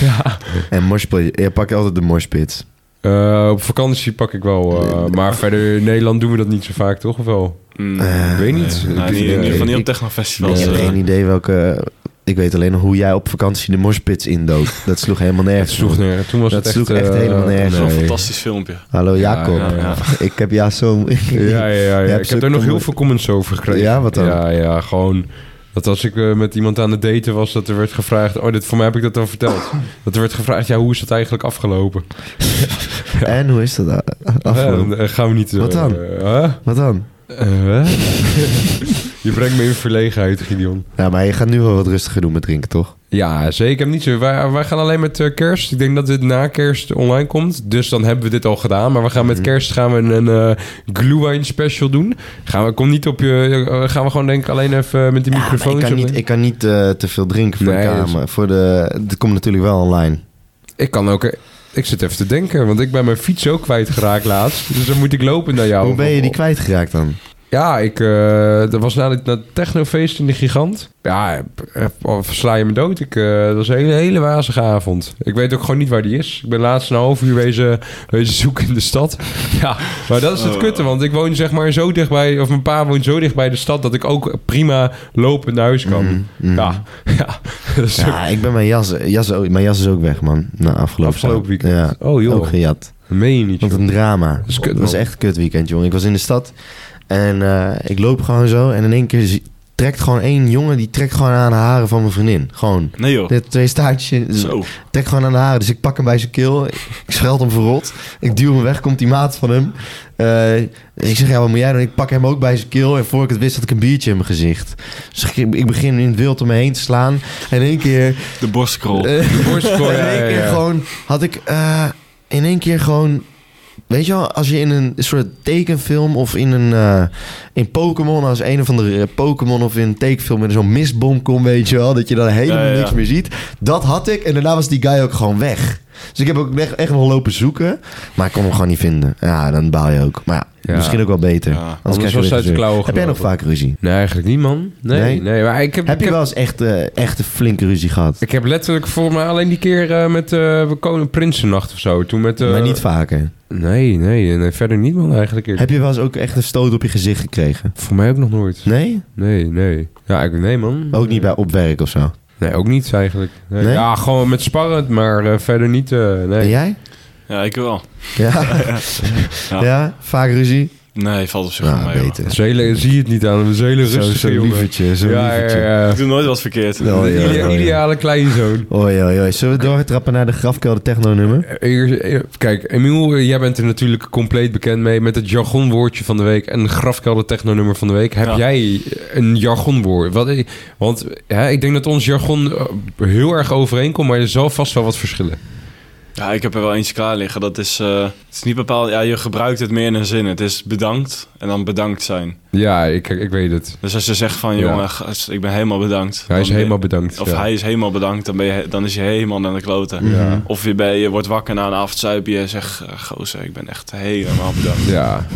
[SPEAKER 2] ja.
[SPEAKER 1] En morspit, je pakt altijd de morspit.
[SPEAKER 2] Eh, op vakantie pak ik wel. eh, maar verder in Nederland doen we dat niet zo vaak, toch? Of wel?
[SPEAKER 3] mm,
[SPEAKER 1] Eh,
[SPEAKER 2] ik weet niet.
[SPEAKER 3] nee,
[SPEAKER 2] Ik-
[SPEAKER 3] in ieder
[SPEAKER 2] eh,
[SPEAKER 3] geval niet
[SPEAKER 1] ik-
[SPEAKER 3] op technofestivals.
[SPEAKER 1] Ik heb
[SPEAKER 3] eh.
[SPEAKER 1] geen idee welke... Ik weet alleen nog hoe jij op vakantie de morspits indoopt.
[SPEAKER 2] [laughs]
[SPEAKER 1] Dat sloeg helemaal
[SPEAKER 2] het
[SPEAKER 1] nergens.
[SPEAKER 2] sloeg
[SPEAKER 1] op.
[SPEAKER 2] nergens. Toen was
[SPEAKER 1] Dat
[SPEAKER 2] het echt,
[SPEAKER 1] sloeg echt
[SPEAKER 2] eh,
[SPEAKER 1] helemaal nergens op.
[SPEAKER 3] Zo'n
[SPEAKER 2] nee.
[SPEAKER 3] fantastisch filmpje.
[SPEAKER 1] Hallo
[SPEAKER 2] Ja,
[SPEAKER 1] Jacob.
[SPEAKER 2] ja,
[SPEAKER 3] ja.
[SPEAKER 1] Ik heb ja zo...
[SPEAKER 2] [laughs] Ja, ja, ja.
[SPEAKER 1] hebt
[SPEAKER 2] Ik
[SPEAKER 1] ze
[SPEAKER 2] heb daar nog
[SPEAKER 1] comment-
[SPEAKER 2] heel veel comments over gekregen.
[SPEAKER 1] Ja, wat dan?
[SPEAKER 2] Ja, ja, gewoon... Dat als ik eh, met iemand aan het daten was, dat er werd gevraagd... Oh, dit, voor mij heb ik dat dan
[SPEAKER 1] [laughs]
[SPEAKER 2] verteld. Dat er werd gevraagd, ja, hoe is het eigenlijk afgelopen?
[SPEAKER 1] En hoe is dat a- afgelopen?
[SPEAKER 2] Eh, eh, gaan we niet... eh,
[SPEAKER 1] Wat dan?
[SPEAKER 2] eh, huh?
[SPEAKER 1] Wat dan? [laughs]
[SPEAKER 2] Eh, huh? [laughs] je brengt me in verlegenheid, Gideon.
[SPEAKER 1] Ja, maar je gaat nu wel wat rustiger doen met drinken, toch?
[SPEAKER 2] Ja, zeker niet zo. Wij, wij gaan alleen met eh, kerst. Ik denk dat dit na kerst online komt. Dus dan hebben we dit al gedaan. Maar we gaan
[SPEAKER 1] Mhm.
[SPEAKER 2] met kerst gaan we een, een eh, glühwein special doen. Gaan we, kom niet op je... eh, gaan we gewoon denk ik alleen even met die microfoon.
[SPEAKER 1] ik kan niet, ik kan niet eh, te veel drinken voor
[SPEAKER 2] Nee,
[SPEAKER 1] de
[SPEAKER 2] dat is-
[SPEAKER 1] kamer. Voor de, het komt natuurlijk wel online.
[SPEAKER 2] Ik kan ook... eh, Ik zit even te denken, want ik ben mijn fiets ook kwijtgeraakt laatst. Dus dan moet ik lopen naar jou.
[SPEAKER 1] hoe ben je die kwijtgeraakt dan?
[SPEAKER 2] Ja, ik, eh, dat was na dat dat technofeest in de Gigant. Ja, eh, eh, sla je me dood. Ik, eh, dat was een hele, hele wazige avond. Ik weet ook gewoon niet waar die is. Ik ben laatst een half uur wezen, wezen zoeken in de
[SPEAKER 1] [laughs]
[SPEAKER 2] stad. Ja, maar dat is
[SPEAKER 1] Oh.
[SPEAKER 2] het kutte, want ik woon zeg maar zo dichtbij... of mijn pa woont zo dichtbij de stad... dat ik ook prima lopend naar huis kan.
[SPEAKER 1] Mhm, mhm.
[SPEAKER 2] Ja, [laughs] ja. Dat is ook-
[SPEAKER 1] Ja, ik ben mijn jas, jas, ook- mijn jas is ook weg, man. Na afgelopen,
[SPEAKER 2] Afgelopen weekend.
[SPEAKER 1] Ja,
[SPEAKER 2] Oh joh,
[SPEAKER 1] ook gejat.
[SPEAKER 2] dat meen je niet.
[SPEAKER 1] Wat
[SPEAKER 2] joh.
[SPEAKER 1] een drama.
[SPEAKER 2] is kut,
[SPEAKER 1] Het was
[SPEAKER 2] man.
[SPEAKER 1] echt een kut weekend, jongen. Ik was in de stad en eh, ik loop gewoon zo. En in één keer zie- trekt gewoon één jongen, die trekt gewoon aan de haren van mijn vriendin. Gewoon.
[SPEAKER 3] Nee joh.
[SPEAKER 1] De twee staartjes.
[SPEAKER 3] Zo.
[SPEAKER 1] trek gewoon aan de haren. Dus ik pak hem bij zijn keel. Ik scheld hem verrot. Ik duw hem weg. Komt die maat van hem. Eh, ik zeg, ja, wat moet jij doen? Ik pak hem ook bij zijn keel. En voor ik het wist, had ik een biertje in mijn gezicht. Dus ik, ik begin in het wild om me heen te slaan. En in één keer...
[SPEAKER 3] De borstkrol.
[SPEAKER 1] eh, [laughs]
[SPEAKER 2] Borstkooi,
[SPEAKER 1] in
[SPEAKER 2] ja,
[SPEAKER 1] één
[SPEAKER 2] ja,
[SPEAKER 1] keer
[SPEAKER 2] ja.
[SPEAKER 1] gewoon... Had ik... eh, in één keer gewoon... Weet je wel, als je in een soort tekenfilm of in een eh, in Pokémon, als een of andere eh, Pokémon of in een tekenfilm met zo'n mistbom komt, weet je wel, dat je dan helemaal
[SPEAKER 3] Ja, ja, ja.
[SPEAKER 1] niks meer ziet. Dat had ik en daarna was die guy ook gewoon weg. Dus ik heb ook echt, echt nog lopen zoeken, maar ik kon hem gewoon niet vinden. Ja, dan baal je ook. Maar ja,
[SPEAKER 2] Ja.
[SPEAKER 1] misschien ook wel beter.
[SPEAKER 3] Ja.
[SPEAKER 1] Anders,
[SPEAKER 2] Anders
[SPEAKER 1] krijg je weer
[SPEAKER 2] was ze uit de
[SPEAKER 1] gezeur.
[SPEAKER 2] klauwen
[SPEAKER 1] Heb jij nog
[SPEAKER 2] gelopen.
[SPEAKER 1] vaak ruzie?
[SPEAKER 2] Nee, eigenlijk niet, man. Nee,
[SPEAKER 1] Nee?
[SPEAKER 2] nee. maar ik heb,
[SPEAKER 1] Heb
[SPEAKER 2] ik
[SPEAKER 1] je
[SPEAKER 2] heb,
[SPEAKER 1] wel eens echt, eh, echt een flinke ruzie gehad?
[SPEAKER 2] ik heb letterlijk voor me alleen die keer eh, met eh Koning Prinsennacht of zo. Toen met... eh,
[SPEAKER 1] maar niet vaker.
[SPEAKER 2] nee, nee, nee, verder niet, man, eigenlijk.
[SPEAKER 1] Heb je wel eens ook echt een stoot op je gezicht gekregen?
[SPEAKER 2] Voor mij ook nog nooit.
[SPEAKER 1] Nee?
[SPEAKER 2] Nee, nee. Ja, ik, nee, man.
[SPEAKER 1] Ook niet bij op werk of zo?
[SPEAKER 2] Nee, ook niet eigenlijk. Nee.
[SPEAKER 1] Nee?
[SPEAKER 2] Ja, gewoon met sparren, maar eh, verder niet. eh,
[SPEAKER 1] En
[SPEAKER 2] nee.
[SPEAKER 1] jij?
[SPEAKER 3] Ja, ik wel.
[SPEAKER 1] [laughs] Ja. ja.
[SPEAKER 3] Ja.
[SPEAKER 1] vaak ruzie.
[SPEAKER 3] Nee, valt op zich wel
[SPEAKER 1] Ja,
[SPEAKER 3] mee. hoor.
[SPEAKER 1] beter.
[SPEAKER 2] Zelen, zie je het niet aan, hem, Zelen
[SPEAKER 1] Zo-
[SPEAKER 2] rustig.
[SPEAKER 1] Zo'n
[SPEAKER 2] jongen.
[SPEAKER 1] lievertje, zo'n
[SPEAKER 2] ja, ja,
[SPEAKER 1] lievertje.
[SPEAKER 2] ja.
[SPEAKER 3] Ik doe nooit wat verkeerd.
[SPEAKER 1] Ja. Oh,
[SPEAKER 2] De ide-
[SPEAKER 1] oh, ja.
[SPEAKER 2] ideale kleinzoon.
[SPEAKER 1] Oei, oei, oei. Zullen we doortrappen naar de grafkelder techno-nummer?
[SPEAKER 2] Eerst- eh, Kijk, Emiel, eh, jij bent er natuurlijk compleet bekend mee met het jargonwoordje van de week en de grafkelder technonummer van de week. Heb
[SPEAKER 3] Ja.
[SPEAKER 2] jij een jargonwoord? Wat, eh, want hè, ik denk dat ons jargon eh, heel erg overeenkomt, maar er zal vast wel wat verschillen.
[SPEAKER 3] Ja, ik heb er wel eentje klaar liggen. Dat is, eh, het is niet bepaald. Ja, je gebruikt het meer in een zin. Het is bedankt en dan bedankt zijn.
[SPEAKER 2] Ja, ik, ik weet het.
[SPEAKER 3] Dus als je zegt van,
[SPEAKER 2] Ja.
[SPEAKER 3] jongen, gast, ik ben helemaal bedankt.
[SPEAKER 2] Hij is
[SPEAKER 3] dan-
[SPEAKER 2] helemaal bedankt.
[SPEAKER 3] Of
[SPEAKER 2] ja.
[SPEAKER 3] hij is helemaal bedankt, dan, ben je, dan is je helemaal naar de kloten.
[SPEAKER 1] Mhm.
[SPEAKER 2] Ja.
[SPEAKER 3] Of je, ben, je wordt wakker na een avondzuipje en zegt... eh, gozer, ik ben echt helemaal bedankt.
[SPEAKER 2] Ja.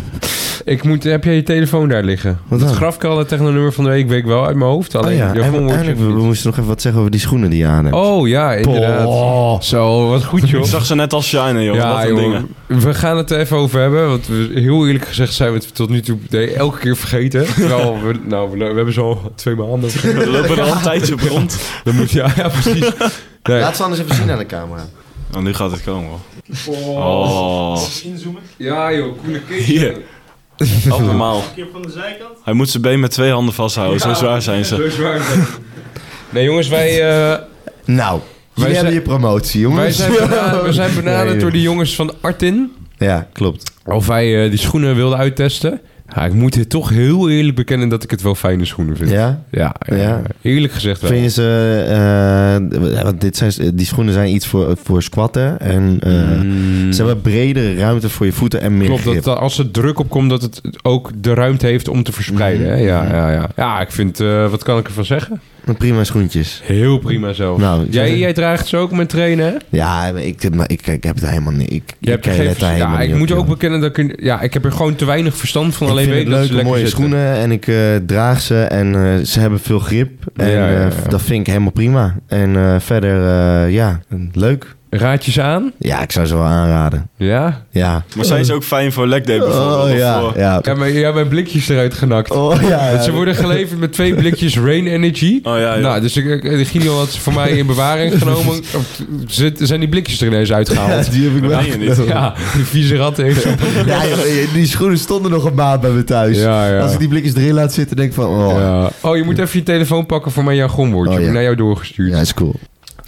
[SPEAKER 2] Ik moet, heb jij je telefoon daar liggen?
[SPEAKER 1] Wat
[SPEAKER 2] het
[SPEAKER 1] dan?
[SPEAKER 2] grafkelder technonummer van de week weet ik wel uit mijn hoofd. Alleen
[SPEAKER 1] Oh ja, en,
[SPEAKER 2] jargonwoordje
[SPEAKER 1] eigenlijk, we,
[SPEAKER 2] heb ik
[SPEAKER 1] we
[SPEAKER 2] niet.
[SPEAKER 1] moesten nog even wat zeggen over die schoenen die je aan hebt.
[SPEAKER 2] Oh ja, inderdaad.
[SPEAKER 1] Boah.
[SPEAKER 2] Zo, wat goed joh.
[SPEAKER 3] Ik zag ze net al shinen, joh. Wat een
[SPEAKER 2] joh,
[SPEAKER 3] dingen.
[SPEAKER 2] we gaan het er even over hebben. Want we, heel eerlijk gezegd zijn we het tot nu toe de- elke keer vergeten. Terwijl we, nou, we, we hebben zo twee maanden.
[SPEAKER 3] We lopen er al een tijdje op rond.
[SPEAKER 2] Dan moet je, ja, ja, precies. Nee.
[SPEAKER 1] Laat ze anders even zien aan de camera.
[SPEAKER 3] Nou, nu gaat het komen, hoor. Oh,
[SPEAKER 2] Ja joh, coole keer.
[SPEAKER 3] Hier. allemaal.
[SPEAKER 4] Een keer van de zijkant.
[SPEAKER 3] Hij moet zijn been met twee handen vasthouden, zo zwaar zijn ze.
[SPEAKER 2] Zo zwaar zijn ze. Nee jongens, wij... eh,
[SPEAKER 1] Nou, jullie
[SPEAKER 2] zijn-
[SPEAKER 1] hebben je promotie,
[SPEAKER 2] Wij
[SPEAKER 1] jongens.
[SPEAKER 2] zijn benaderd, we zijn benaderd
[SPEAKER 1] [laughs] Nee,
[SPEAKER 2] door die jongens van Artin.
[SPEAKER 1] Ja, klopt.
[SPEAKER 2] Of wij eh, die schoenen wilden uittesten. Ja, ik moet hier toch heel eerlijk bekennen dat ik het wel fijne schoenen vind.
[SPEAKER 1] Ja?
[SPEAKER 2] Ja, eh,
[SPEAKER 1] Ja.
[SPEAKER 2] eerlijk gezegd wel.
[SPEAKER 1] Vind je ze... eh, eh, want dit zijn, die schoenen zijn iets voor, voor squatten. En eh,
[SPEAKER 2] Mm.
[SPEAKER 1] ze hebben bredere ruimte voor je voeten en meer
[SPEAKER 2] Klopt,
[SPEAKER 1] grip.
[SPEAKER 2] dat, dat als er druk op komt, dat het ook de ruimte heeft om te verspreiden.
[SPEAKER 1] Mhm.
[SPEAKER 2] Hè? Ja, ja, ja. ja, ik vind, eh, wat kan ik ervan zeggen?
[SPEAKER 1] Prima schoentjes.
[SPEAKER 2] Heel prima zelf.
[SPEAKER 1] Nou, ik
[SPEAKER 2] jij,
[SPEAKER 1] zeg-
[SPEAKER 2] jij draagt ze ook met trainen, hè?
[SPEAKER 1] Ja, maar ik, maar ik, ik heb het helemaal niet. Ik, ik
[SPEAKER 2] Je hebt er geen
[SPEAKER 1] let daar
[SPEAKER 2] vers-
[SPEAKER 1] helemaal
[SPEAKER 2] ja,
[SPEAKER 1] niet
[SPEAKER 2] ik
[SPEAKER 1] op,
[SPEAKER 2] moet
[SPEAKER 1] joh.
[SPEAKER 2] ook bekennen dat ik... er- Ja, ik heb er gewoon te weinig verstand van. alleen
[SPEAKER 1] ik
[SPEAKER 2] weet
[SPEAKER 1] vind
[SPEAKER 2] dat
[SPEAKER 1] het
[SPEAKER 2] ze
[SPEAKER 1] leuke
[SPEAKER 2] lekker
[SPEAKER 1] mooie
[SPEAKER 2] zitten.
[SPEAKER 1] schoenen en ik eh, draag ze en eh, ze hebben veel grip. En
[SPEAKER 2] Ja, ja, ja.
[SPEAKER 1] eh, dat vind ik helemaal prima. En eh, verder, eh, ja, leuk.
[SPEAKER 2] Raad je ze aan?
[SPEAKER 1] Ja, ik zou ze wel aanraden.
[SPEAKER 2] Ja?
[SPEAKER 1] Ja.
[SPEAKER 3] Maar zijn ze ook fijn voor leg day bijvoorbeeld?
[SPEAKER 1] Oh
[SPEAKER 3] Of
[SPEAKER 1] ja,
[SPEAKER 3] voor-
[SPEAKER 1] ja.
[SPEAKER 2] Ja, maar jij bent blikjes eruit genakt.
[SPEAKER 1] Oh ja, ja.
[SPEAKER 2] [laughs] Ze worden geleverd met twee blikjes Rain Energy.
[SPEAKER 3] Oh ja, joh.
[SPEAKER 2] Nou, dus ik, ik- de Gino had ze voor mij in bewaring
[SPEAKER 1] [laughs]
[SPEAKER 2] genomen. Of, zit- zijn die blikjes er ineens
[SPEAKER 1] Ja,
[SPEAKER 2] uitgehaald?
[SPEAKER 1] die heb ik
[SPEAKER 3] Dat
[SPEAKER 1] wel.
[SPEAKER 3] meen je niet.
[SPEAKER 2] Ja, die vieze rat heeft...
[SPEAKER 1] [laughs] Ja, joh, die schoenen stonden nog een maand bij me thuis.
[SPEAKER 2] Ja, ja.
[SPEAKER 1] Als ik die blikjes erin laat zitten, denk ik van... Oh, ja.
[SPEAKER 2] Ja. Oh, je moet even je telefoon pakken voor mijn jargonwoordje.
[SPEAKER 1] Oh, ja.
[SPEAKER 2] Ik heb naar jou doorgestuurd.
[SPEAKER 1] is cool.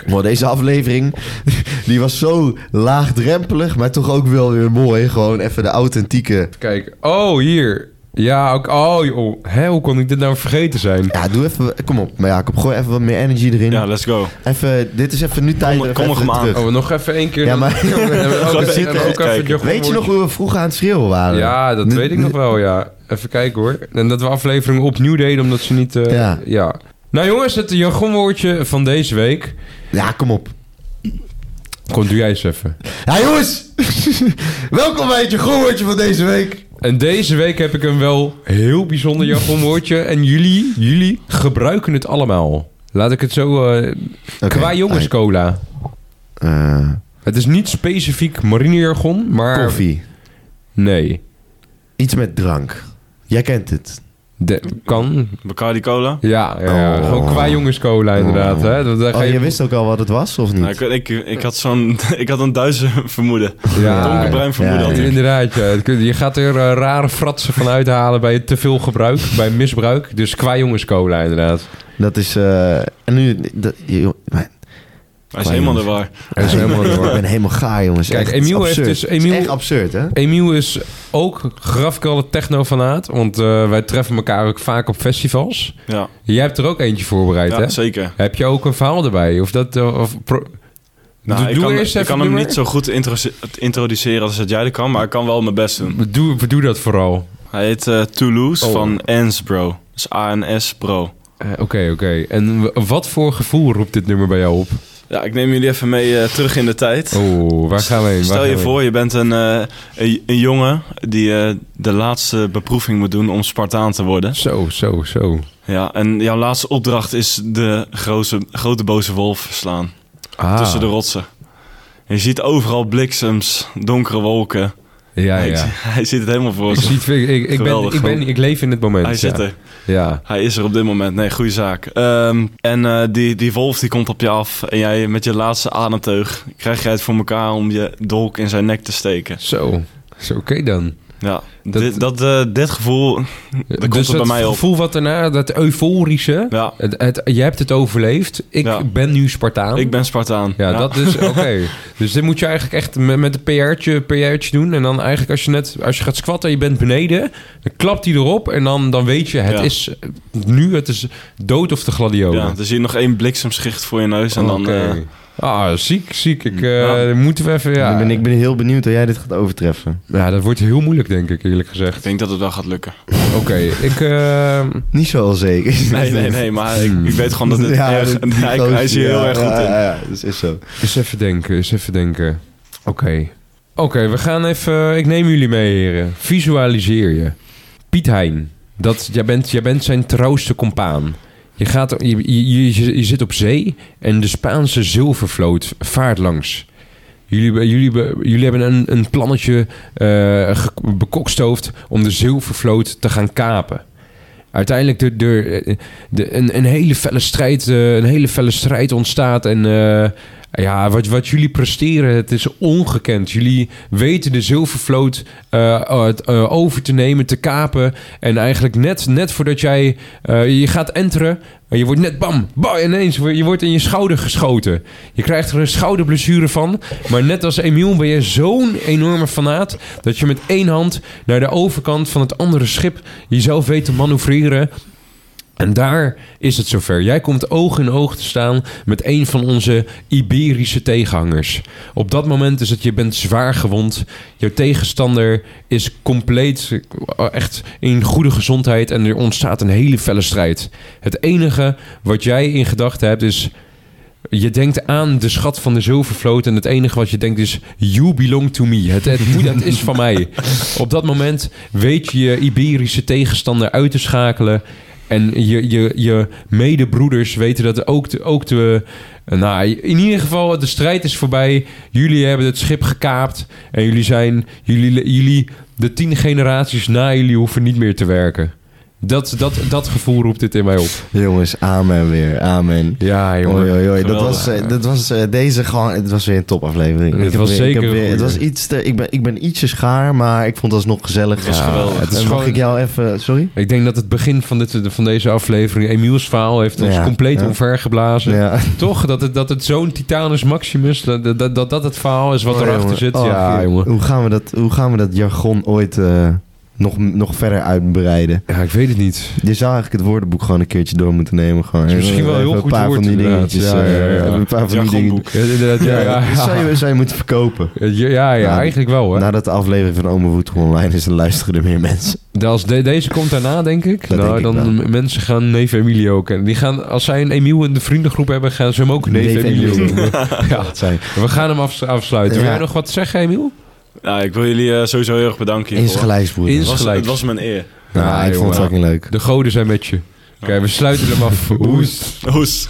[SPEAKER 1] Wow, deze aflevering [laughs] die was zo laagdrempelig, maar toch ook wel weer mooi. Gewoon even de authentieke...
[SPEAKER 2] Kijk. Oh, hier. Ja, ook. Oh, joh. Hè, hoe kon ik dit nou vergeten zijn?
[SPEAKER 1] Ja, doe even... Kom op, maar Jacob, gooi even wat meer energy erin.
[SPEAKER 3] Ja, let's go.
[SPEAKER 1] Even, dit is even nu tijd.
[SPEAKER 3] kom
[SPEAKER 1] even
[SPEAKER 3] hem aan.
[SPEAKER 1] terug.
[SPEAKER 2] Oh, nog even één keer.
[SPEAKER 1] Ja, maar-
[SPEAKER 2] [laughs]
[SPEAKER 1] [laughs]
[SPEAKER 2] We hebben ook-
[SPEAKER 1] Zo
[SPEAKER 2] we
[SPEAKER 1] zitten,
[SPEAKER 2] hebben ook even
[SPEAKER 3] kijk.
[SPEAKER 2] het jargonwoordje.
[SPEAKER 1] Weet je nog hoe we vroeger aan het schreeuwen waren?
[SPEAKER 2] Ja, dat
[SPEAKER 1] Nu-
[SPEAKER 2] weet ik nog wel, ja. Even kijken hoor. En dat we afleveringen opnieuw deden, omdat ze niet... eh,
[SPEAKER 1] Ja.
[SPEAKER 2] ja. Nou jongens, het jargonwoordje van deze week...
[SPEAKER 1] Ja, kom op.
[SPEAKER 2] Komt doe jij eens even.
[SPEAKER 1] Ja, jongens! [laughs] Welkom bij het Jargonwoordje van deze week.
[SPEAKER 2] En deze week heb ik een wel heel bijzonder jargonwoordje. En jullie, jullie gebruiken het allemaal. Laat ik het zo... eh
[SPEAKER 1] Oké,
[SPEAKER 2] qua jongenscola.
[SPEAKER 1] eh,
[SPEAKER 2] Het is niet specifiek marinejargon, maar...
[SPEAKER 1] koffie.
[SPEAKER 2] Nee.
[SPEAKER 1] Iets met drank. Jij kent het.
[SPEAKER 2] De- kan.
[SPEAKER 3] Bacardi Cola?
[SPEAKER 2] Ja, ja, ja.
[SPEAKER 1] Oh.
[SPEAKER 2] gewoon qua jongenscola inderdaad.
[SPEAKER 1] Oh.
[SPEAKER 2] Hè? Dat- daar ga
[SPEAKER 1] Oh, je wist ook al wat het was, of niet?
[SPEAKER 3] Nou, ik, ik, ik had zo'n... [laughs] Ik had een duizend [laughs] vermoeden.
[SPEAKER 2] Ja,
[SPEAKER 3] Donkerbruin vermoeden
[SPEAKER 1] ja,
[SPEAKER 3] had
[SPEAKER 1] ja.
[SPEAKER 3] ik.
[SPEAKER 2] Inderdaad, ja. Het kun- je gaat er eh, rare fratsen van uithalen bij te veel gebruik, bij misbruik. Dus qua jongenscola inderdaad.
[SPEAKER 1] Dat is... eh, en nu... Dat, joh, maar-
[SPEAKER 3] Hij is helemaal de war.
[SPEAKER 2] Dat is helemaal
[SPEAKER 1] ik
[SPEAKER 2] door.
[SPEAKER 1] ben helemaal gaar, jongens.
[SPEAKER 2] Kijk,
[SPEAKER 1] Echt, het is
[SPEAKER 2] Emiel heeft
[SPEAKER 1] absurd.
[SPEAKER 2] dus-
[SPEAKER 1] Het is
[SPEAKER 2] Emiel-
[SPEAKER 1] echt absurd, hè?
[SPEAKER 2] Emiel is ook grafkelder technofanaat, want eh, wij treffen elkaar ook vaak op festivals.
[SPEAKER 3] Ja,
[SPEAKER 2] Jij hebt er ook eentje voorbereid, hè?
[SPEAKER 3] ja zeker.
[SPEAKER 2] Heb je ook een verhaal erbij? Of dat... eh, Of pro-
[SPEAKER 3] Nou,
[SPEAKER 2] Doe-
[SPEAKER 3] ik
[SPEAKER 2] doe
[SPEAKER 3] kan,
[SPEAKER 2] eerst
[SPEAKER 3] ik
[SPEAKER 2] even
[SPEAKER 3] kan hem
[SPEAKER 2] nummer.
[SPEAKER 3] niet zo goed introdu- introduceren als dat jij dat kan, maar ik kan wel mijn best doen.
[SPEAKER 2] Doe, doe dat vooral.
[SPEAKER 3] Hij heet eh, Toulouse
[SPEAKER 2] Oh.
[SPEAKER 3] van Ansbro. Dus A-N-S Bro.
[SPEAKER 2] Eh, Oké, oké. En w- wat voor gevoel roept dit nummer bij jou op?
[SPEAKER 3] Ja, ik neem jullie even mee eh, terug in de tijd.
[SPEAKER 2] Oh, waar gaan we heen? Waar
[SPEAKER 3] Stel
[SPEAKER 2] gaan
[SPEAKER 3] je
[SPEAKER 2] we
[SPEAKER 3] voor, je bent een, eh, een, een jongen die eh, de laatste beproeving moet doen om Spartaan te worden.
[SPEAKER 2] heen? Zo, zo, zo.
[SPEAKER 3] Ja, en jouw laatste opdracht is de grote, grote boze wolf verslaan.
[SPEAKER 2] Ah,
[SPEAKER 3] Tussen de rotsen. Je ziet overal bliksems, donkere wolken.
[SPEAKER 2] Ja,
[SPEAKER 3] hij,
[SPEAKER 2] ja.
[SPEAKER 3] [laughs] hij ziet het helemaal voor
[SPEAKER 2] Ik,
[SPEAKER 3] zich.
[SPEAKER 2] zie, het- ik, ik, ik ben,
[SPEAKER 3] Geweldig,
[SPEAKER 2] ik, ben,
[SPEAKER 3] gewoon.
[SPEAKER 2] ik leef in het moment.
[SPEAKER 3] Hij
[SPEAKER 2] ja.
[SPEAKER 3] zit er.
[SPEAKER 2] Ja.
[SPEAKER 3] Hij is er op dit moment. Nee, goede zaak. Ehm, en eh, die, die wolf die komt op je af. En jij met je laatste ademteug krijg jij het voor elkaar om je dolk in zijn nek te steken.
[SPEAKER 2] Zo. Zo, oké dan.
[SPEAKER 3] Ja,
[SPEAKER 2] Dat-
[SPEAKER 3] dit, dat, eh, dit gevoel komt
[SPEAKER 2] dus
[SPEAKER 3] het bij
[SPEAKER 2] dat
[SPEAKER 3] mij op.
[SPEAKER 2] gevoel wat daarna, dat euforische.
[SPEAKER 3] Ja,
[SPEAKER 2] Het, het- jij hebt het overleefd. Ik
[SPEAKER 3] Ja.
[SPEAKER 2] ben nu Spartaan.
[SPEAKER 3] ik ben Spartaan.
[SPEAKER 2] Ja, dat
[SPEAKER 3] [laughs]
[SPEAKER 2] is oké. dus dit moet je eigenlijk echt met, met een PR'tje, PR'tje doen. En dan eigenlijk als je net als je gaat squatten, je bent beneden, dan klapt hij erop. En dan, dan weet je, het
[SPEAKER 3] Ja.
[SPEAKER 2] is nu, het is dood of de gladiolen.
[SPEAKER 3] Ja, dan zie je nog één bliksemschicht voor je neus en dan...
[SPEAKER 2] Oké.
[SPEAKER 3] eh,
[SPEAKER 2] Ah, ziek, ziek. Ik, eh,
[SPEAKER 3] Ja.
[SPEAKER 2] Moeten we even, ja.
[SPEAKER 1] Ik, ben, ik ben heel benieuwd hoe jij dit gaat overtreffen.
[SPEAKER 2] Ja, dat wordt heel moeilijk, denk ik, eerlijk gezegd.
[SPEAKER 3] ik denk dat het wel gaat lukken.
[SPEAKER 2] Oké, ik... eh,
[SPEAKER 1] Niet zo al zeker.
[SPEAKER 3] [laughs] Nee, nee, nee, maar ik, ik weet gewoon dat [laughs] het
[SPEAKER 1] Ja,
[SPEAKER 3] erg...
[SPEAKER 1] die
[SPEAKER 3] hij,
[SPEAKER 1] gozer,
[SPEAKER 3] hij is hier heel
[SPEAKER 1] ja,
[SPEAKER 3] erg goed
[SPEAKER 1] ja,
[SPEAKER 3] in.
[SPEAKER 1] Ja, ja, dat is zo.
[SPEAKER 2] eens even denken, eens even denken. Oké. Oké, we gaan even... Ik neem jullie mee, heren. Visualiseer je. Piet Hein. Dat, jij, bent, jij bent zijn trouwste compaan. Je, gaat, je, je, je, je zit op zee en de Spaanse zilvervloot vaart langs. Jullie, be- jullie, be- jullie hebben een, een plannetje eh, ge- bekokstoofd om de zilvervloot te gaan kapen. Uiteindelijk eh, de, de, de, een, een, hele felle strijd, eh, een hele felle strijd ontstaat. En eh, ja, wat, wat jullie presteren, het is ongekend. Jullie weten de zilvervloot eh, eh, eh, over te nemen, te kapen. En eigenlijk net, net voordat jij... eh, je gaat enteren, maar je wordt net bam, bam, ineens. wo- Je wordt in je schouder geschoten. Je krijgt er een schouderblessure van. Maar net als Emiel ben je zo'n enorme fanaat... dat je met één hand naar de overkant van het andere schip... jezelf weet te manoeuvreren... En daar is het zover. Jij komt oog in oog te staan met een van onze Iberische tegenhangers. Op dat moment is het, je bent zwaar gewond. Jouw tegenstander is compleet eh, echt in goede gezondheid en er ontstaat een hele felle strijd. Het enige wat jij in gedachten hebt is, je denkt aan de schat van de zilvervloot en het enige wat je denkt is, you belong to me. Het, het moet, het is van mij. Op dat moment weet je je Iberische tegenstander uit te schakelen. En je, je, je medebroeders weten dat ook de, ook de... Nou, in ieder geval, de strijd is voorbij. Jullie hebben het schip gekaapt. En jullie zijn... Jullie, jullie de tien generaties na jullie hoeven niet meer te werken. Dat, dat, dat gevoel roept dit in mij op.
[SPEAKER 1] Jongens, amen weer. Amen.
[SPEAKER 2] Ja,
[SPEAKER 1] Oei, oei, oei. Dat
[SPEAKER 3] Geweldig.
[SPEAKER 1] was, eh, dat was eh, deze gewoon... Het was weer een topaflevering.
[SPEAKER 2] Het
[SPEAKER 1] Ik heb
[SPEAKER 2] was
[SPEAKER 1] weer-
[SPEAKER 2] zeker
[SPEAKER 1] Ik, heb
[SPEAKER 2] een
[SPEAKER 1] weer- het was
[SPEAKER 2] goeie.
[SPEAKER 1] iets te, ik, ben, ik ben ietsje schaar, maar ik vond het alsnog gezellig.
[SPEAKER 3] Het was
[SPEAKER 1] Het
[SPEAKER 3] geweldig.
[SPEAKER 2] Het is
[SPEAKER 1] Mag
[SPEAKER 2] gewoon-
[SPEAKER 1] ik jou even... Sorry?
[SPEAKER 2] Ik denk dat het begin van, dit, van deze aflevering... Emiel's verhaal heeft ons
[SPEAKER 1] Ja,
[SPEAKER 2] compleet
[SPEAKER 1] ja.
[SPEAKER 2] omvergeblazen.
[SPEAKER 1] Ja.
[SPEAKER 2] Toch? Dat het, dat het zo'n Titanus Maximus... Dat dat, dat dat het verhaal is wat
[SPEAKER 1] Oh,
[SPEAKER 2] erachter
[SPEAKER 1] jongen.
[SPEAKER 2] zit.
[SPEAKER 1] Oh,
[SPEAKER 2] ja,
[SPEAKER 1] je-
[SPEAKER 2] jongen.
[SPEAKER 1] Hoe gaan we dat, hoe gaan we dat jargon ooit eh, nog, nog verder uitbreiden?
[SPEAKER 2] Ja, ik weet het niet.
[SPEAKER 1] Je zou eigenlijk het woordenboek gewoon een keertje door moeten nemen. Gewoon.
[SPEAKER 2] is misschien wel
[SPEAKER 1] Even
[SPEAKER 2] heel
[SPEAKER 1] een
[SPEAKER 2] goed
[SPEAKER 1] paar
[SPEAKER 2] woord,
[SPEAKER 1] van die
[SPEAKER 2] inderdaad.
[SPEAKER 1] dingetjes.
[SPEAKER 2] Ja, ja,
[SPEAKER 1] eh,
[SPEAKER 2] ja.
[SPEAKER 1] Een paar van die dingen.
[SPEAKER 3] Jargonboek.
[SPEAKER 2] Ja, inderdaad, ja, ja,
[SPEAKER 1] Ja,
[SPEAKER 2] ja.
[SPEAKER 1] Zou, je, zou je moeten verkopen.
[SPEAKER 2] Ja, ja, ja,
[SPEAKER 1] Nou,
[SPEAKER 2] eigenlijk wel, hè.
[SPEAKER 1] Nadat de aflevering van Ome Woed gewoon online is, dan luisteren er meer mensen.
[SPEAKER 2] Als de- deze komt daarna, denk ik.
[SPEAKER 1] nou- Dat
[SPEAKER 2] nou,
[SPEAKER 1] denk ik
[SPEAKER 2] dan
[SPEAKER 1] wel.
[SPEAKER 2] m- mensen gaan neef Emilio kennen. Die gaan, als zij een Emiel in de vriendengroep hebben, gaan ze hem ook neef,
[SPEAKER 1] Neef
[SPEAKER 2] Emilio
[SPEAKER 1] Emilio. [laughs]
[SPEAKER 2] noemen. ja,
[SPEAKER 1] Dat zijn.
[SPEAKER 2] we gaan hem afs- afsluiten. Wil
[SPEAKER 1] Ja.
[SPEAKER 2] jij nog wat zeggen, Emiel?
[SPEAKER 3] Nou, ik wil jullie eh, sowieso heel erg bedanken
[SPEAKER 1] Eens
[SPEAKER 3] hiervoor.
[SPEAKER 1] gelijksbroeder.
[SPEAKER 2] Eens
[SPEAKER 3] Het was,
[SPEAKER 2] gelijk.
[SPEAKER 3] het was mijn eer.
[SPEAKER 1] Nou,
[SPEAKER 2] Ja,
[SPEAKER 1] ik vond het
[SPEAKER 2] jongen.
[SPEAKER 1] fucking leuk.
[SPEAKER 2] De goden zijn met je. Oké, we sluiten hem af. Hoest.
[SPEAKER 3] Hoes.